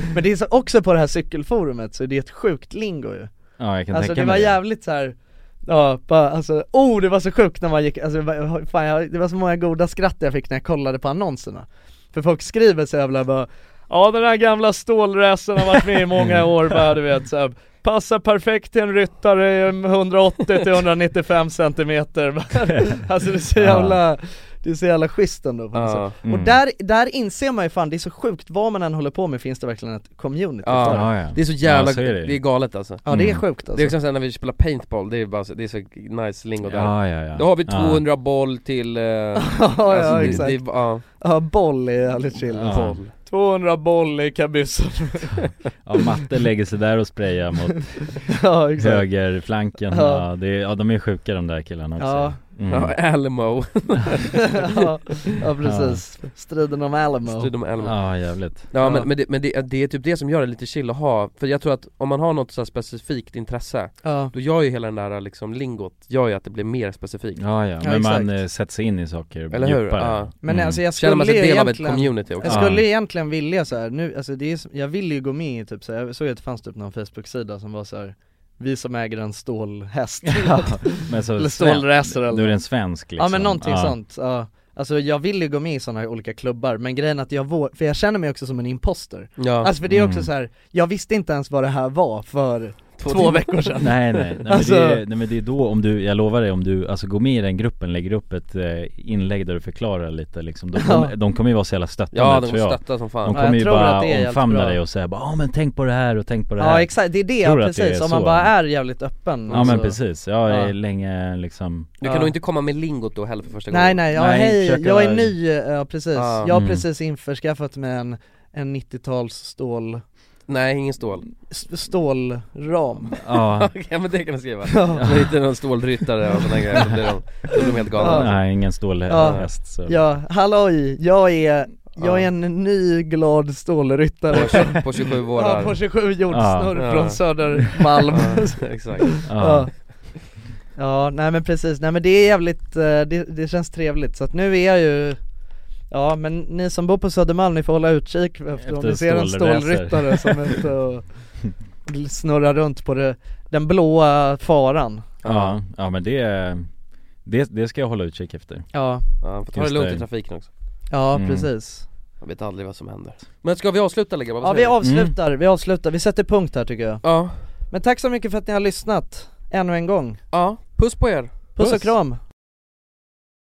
Speaker 1: Men det är så också på det här cykelforumet så det är ett sjukt lingo ju
Speaker 3: Ja jag kan
Speaker 1: Alltså
Speaker 3: tänka
Speaker 1: det
Speaker 3: mig
Speaker 1: var jävligt så här. Ja, bara, alltså, oh det var så sjukt när man gick, alltså, det var- fan, jag, det var så många goda skratt jag fick när jag kollade på annonserna För folk skriver så jävla bara
Speaker 13: Ja den här gamla stålracen har varit med i många år bara du vet så här, Passar perfekt till en ryttare eh, 180 till 195 centimeter Alltså det är så jävla
Speaker 1: Det är så jävla schysst ändå på något
Speaker 13: Ja.
Speaker 1: sätt.
Speaker 13: Mm.
Speaker 1: Och där, där inser man ju fan, det är så sjukt, vad man än håller på med finns det verkligen ett community för
Speaker 2: Ja, det är så jävla, det. är galet alltså
Speaker 1: Ja det är sjukt
Speaker 2: Det är
Speaker 1: alltså
Speaker 2: liksom såhär när vi spelar paintball, det är bara så, det är så nice lingo där
Speaker 3: Ja, ja, ja.
Speaker 2: Då har vi
Speaker 3: Ja.
Speaker 2: 200 boll till... eh,
Speaker 1: Ja,
Speaker 2: alltså,
Speaker 1: ja
Speaker 2: det-
Speaker 1: exakt.
Speaker 2: det är- ja.
Speaker 1: Ja boll är jävligt chill
Speaker 3: Ja. Boll.
Speaker 13: 200 boll i kabyssen
Speaker 3: Ja, Matte lägger sig där och sprayar mot
Speaker 1: Ja, exakt.
Speaker 3: högerflanken.
Speaker 1: Ja.
Speaker 3: Ja. det är, ja, de är sjuka de där killarna också.
Speaker 1: Ja.
Speaker 2: Mm.
Speaker 3: Mm.
Speaker 2: Ja, Alamo
Speaker 1: ja, ja precis, striden om Alamo
Speaker 2: Striden om Alamo.
Speaker 3: Ja, jävligt.
Speaker 2: Ja, men, men, det, men det, det är typ det som gör det lite chill att ha, för jag tror att om man har något så här specifikt intresse
Speaker 1: Ja.
Speaker 2: Då gör ju hela den där liksom lingot, gör ju att det blir mer specifikt
Speaker 3: Ja, ja, men man eh, sätter sig in i saker
Speaker 2: Eller hur?
Speaker 3: djupare. Mm.
Speaker 2: Ja.
Speaker 1: Men alltså jag skulle
Speaker 2: Känner man sig del av ett
Speaker 1: egentligen-
Speaker 2: community också?
Speaker 1: Jag skulle egentligen vilja så här, nu, alltså det är, som- jag vill ju gå med i typ så här, jag såg att det fanns typ någon Facebook-sida som var så här vi som äger en stålhäst
Speaker 3: men så
Speaker 1: Eller
Speaker 3: sven-
Speaker 1: stålracer eller
Speaker 3: då är det en svensk,
Speaker 1: Ja men
Speaker 3: liksom.
Speaker 1: någonting
Speaker 3: Ja.
Speaker 1: sånt, ja Alltså jag vill ju gå med i sådana här olika klubbar, men grejen är att jag vågar, för jag känner mig också som en imposter
Speaker 2: Ja.
Speaker 1: Alltså för det är också
Speaker 2: Mm.
Speaker 1: så här, jag visste inte ens vad det här var för två,
Speaker 2: timmar.
Speaker 1: veckor sedan
Speaker 3: Nej nej, nej, men
Speaker 1: Alltså-
Speaker 3: det är, nej men det är då om du, jag lovar dig om du alltså går med i den gruppen, lägger upp ett eh, inlägg där du förklarar lite liksom, de, kommer-
Speaker 2: Ja.
Speaker 3: de kommer ju vara så jävla stöttande
Speaker 2: Ja, de
Speaker 3: tror jag.
Speaker 2: stöttar som fan.
Speaker 3: De
Speaker 2: Ja,
Speaker 3: kommer
Speaker 2: jag
Speaker 3: ju
Speaker 2: tror
Speaker 3: bara
Speaker 2: att det är jävligt
Speaker 3: omfamna
Speaker 2: bra.
Speaker 3: dig och säga bara ja men tänk på det här och tänk på det här
Speaker 1: Ja exakt, det är det,
Speaker 3: Tror du att
Speaker 1: precis,
Speaker 3: är
Speaker 1: om man
Speaker 3: så?
Speaker 1: bara är jävligt öppen alltså.
Speaker 3: Ja men
Speaker 1: så-
Speaker 3: precis, jag är
Speaker 1: Ja.
Speaker 3: länge liksom
Speaker 2: Du kan nog inte komma med lingot då heller för första
Speaker 1: Nej
Speaker 2: gången
Speaker 1: nej, ja, hej,
Speaker 3: försöka
Speaker 1: jag är
Speaker 3: vara-
Speaker 1: ny, ja precis,
Speaker 2: Ja.
Speaker 1: jag har
Speaker 2: Mm.
Speaker 1: precis införskaffat mig en, en 90-tals stål
Speaker 2: Nej, ingen stål
Speaker 1: s- Stålram
Speaker 3: Ja.
Speaker 2: Okej, men det kan du skriva.
Speaker 1: Ja.
Speaker 2: Om det inte är någon stålryttare och sådana grejer, då blir de, då blir de helt galna
Speaker 1: Ja.
Speaker 3: Nej ingen
Speaker 1: Ja,
Speaker 3: stålhäst så
Speaker 1: ja halloj, jag är, jag är en ny glad stålryttare
Speaker 2: På tjo- på 27 vårar.
Speaker 1: Ja på 27 jordsnurr
Speaker 2: Ja. Ja.
Speaker 1: från Södermalm
Speaker 2: Ja, exakt. Ja.
Speaker 1: ja. ja, nej men precis, nej men det är jävligt, eh, det, det känns trevligt så att nu är jag ju Ja men ni som bor på Södermalm ni får hålla utkik efter om
Speaker 3: Efter
Speaker 1: ni ser en
Speaker 3: stålracer.
Speaker 1: stålryttare som är ute och snurrar runt på det, den blåa faran
Speaker 3: Ja, ja men det, det, det ska jag hålla utkik efter
Speaker 1: Ja.
Speaker 2: Ja, man får ta det
Speaker 3: Just
Speaker 2: lugnt i trafiken också
Speaker 1: Ja
Speaker 3: Mm.
Speaker 1: precis
Speaker 2: Man vet aldrig vad som händer Men ska vi avsluta eller grabbar?
Speaker 1: Ja
Speaker 2: Vad
Speaker 1: vi
Speaker 2: säger Mm. ni?
Speaker 1: avslutar, vi avslutar, vi sätter punkt här tycker jag
Speaker 2: Ja
Speaker 1: Men tack så mycket för att ni har lyssnat, ännu en gång
Speaker 2: Ja, puss på er!
Speaker 1: Puss och kram!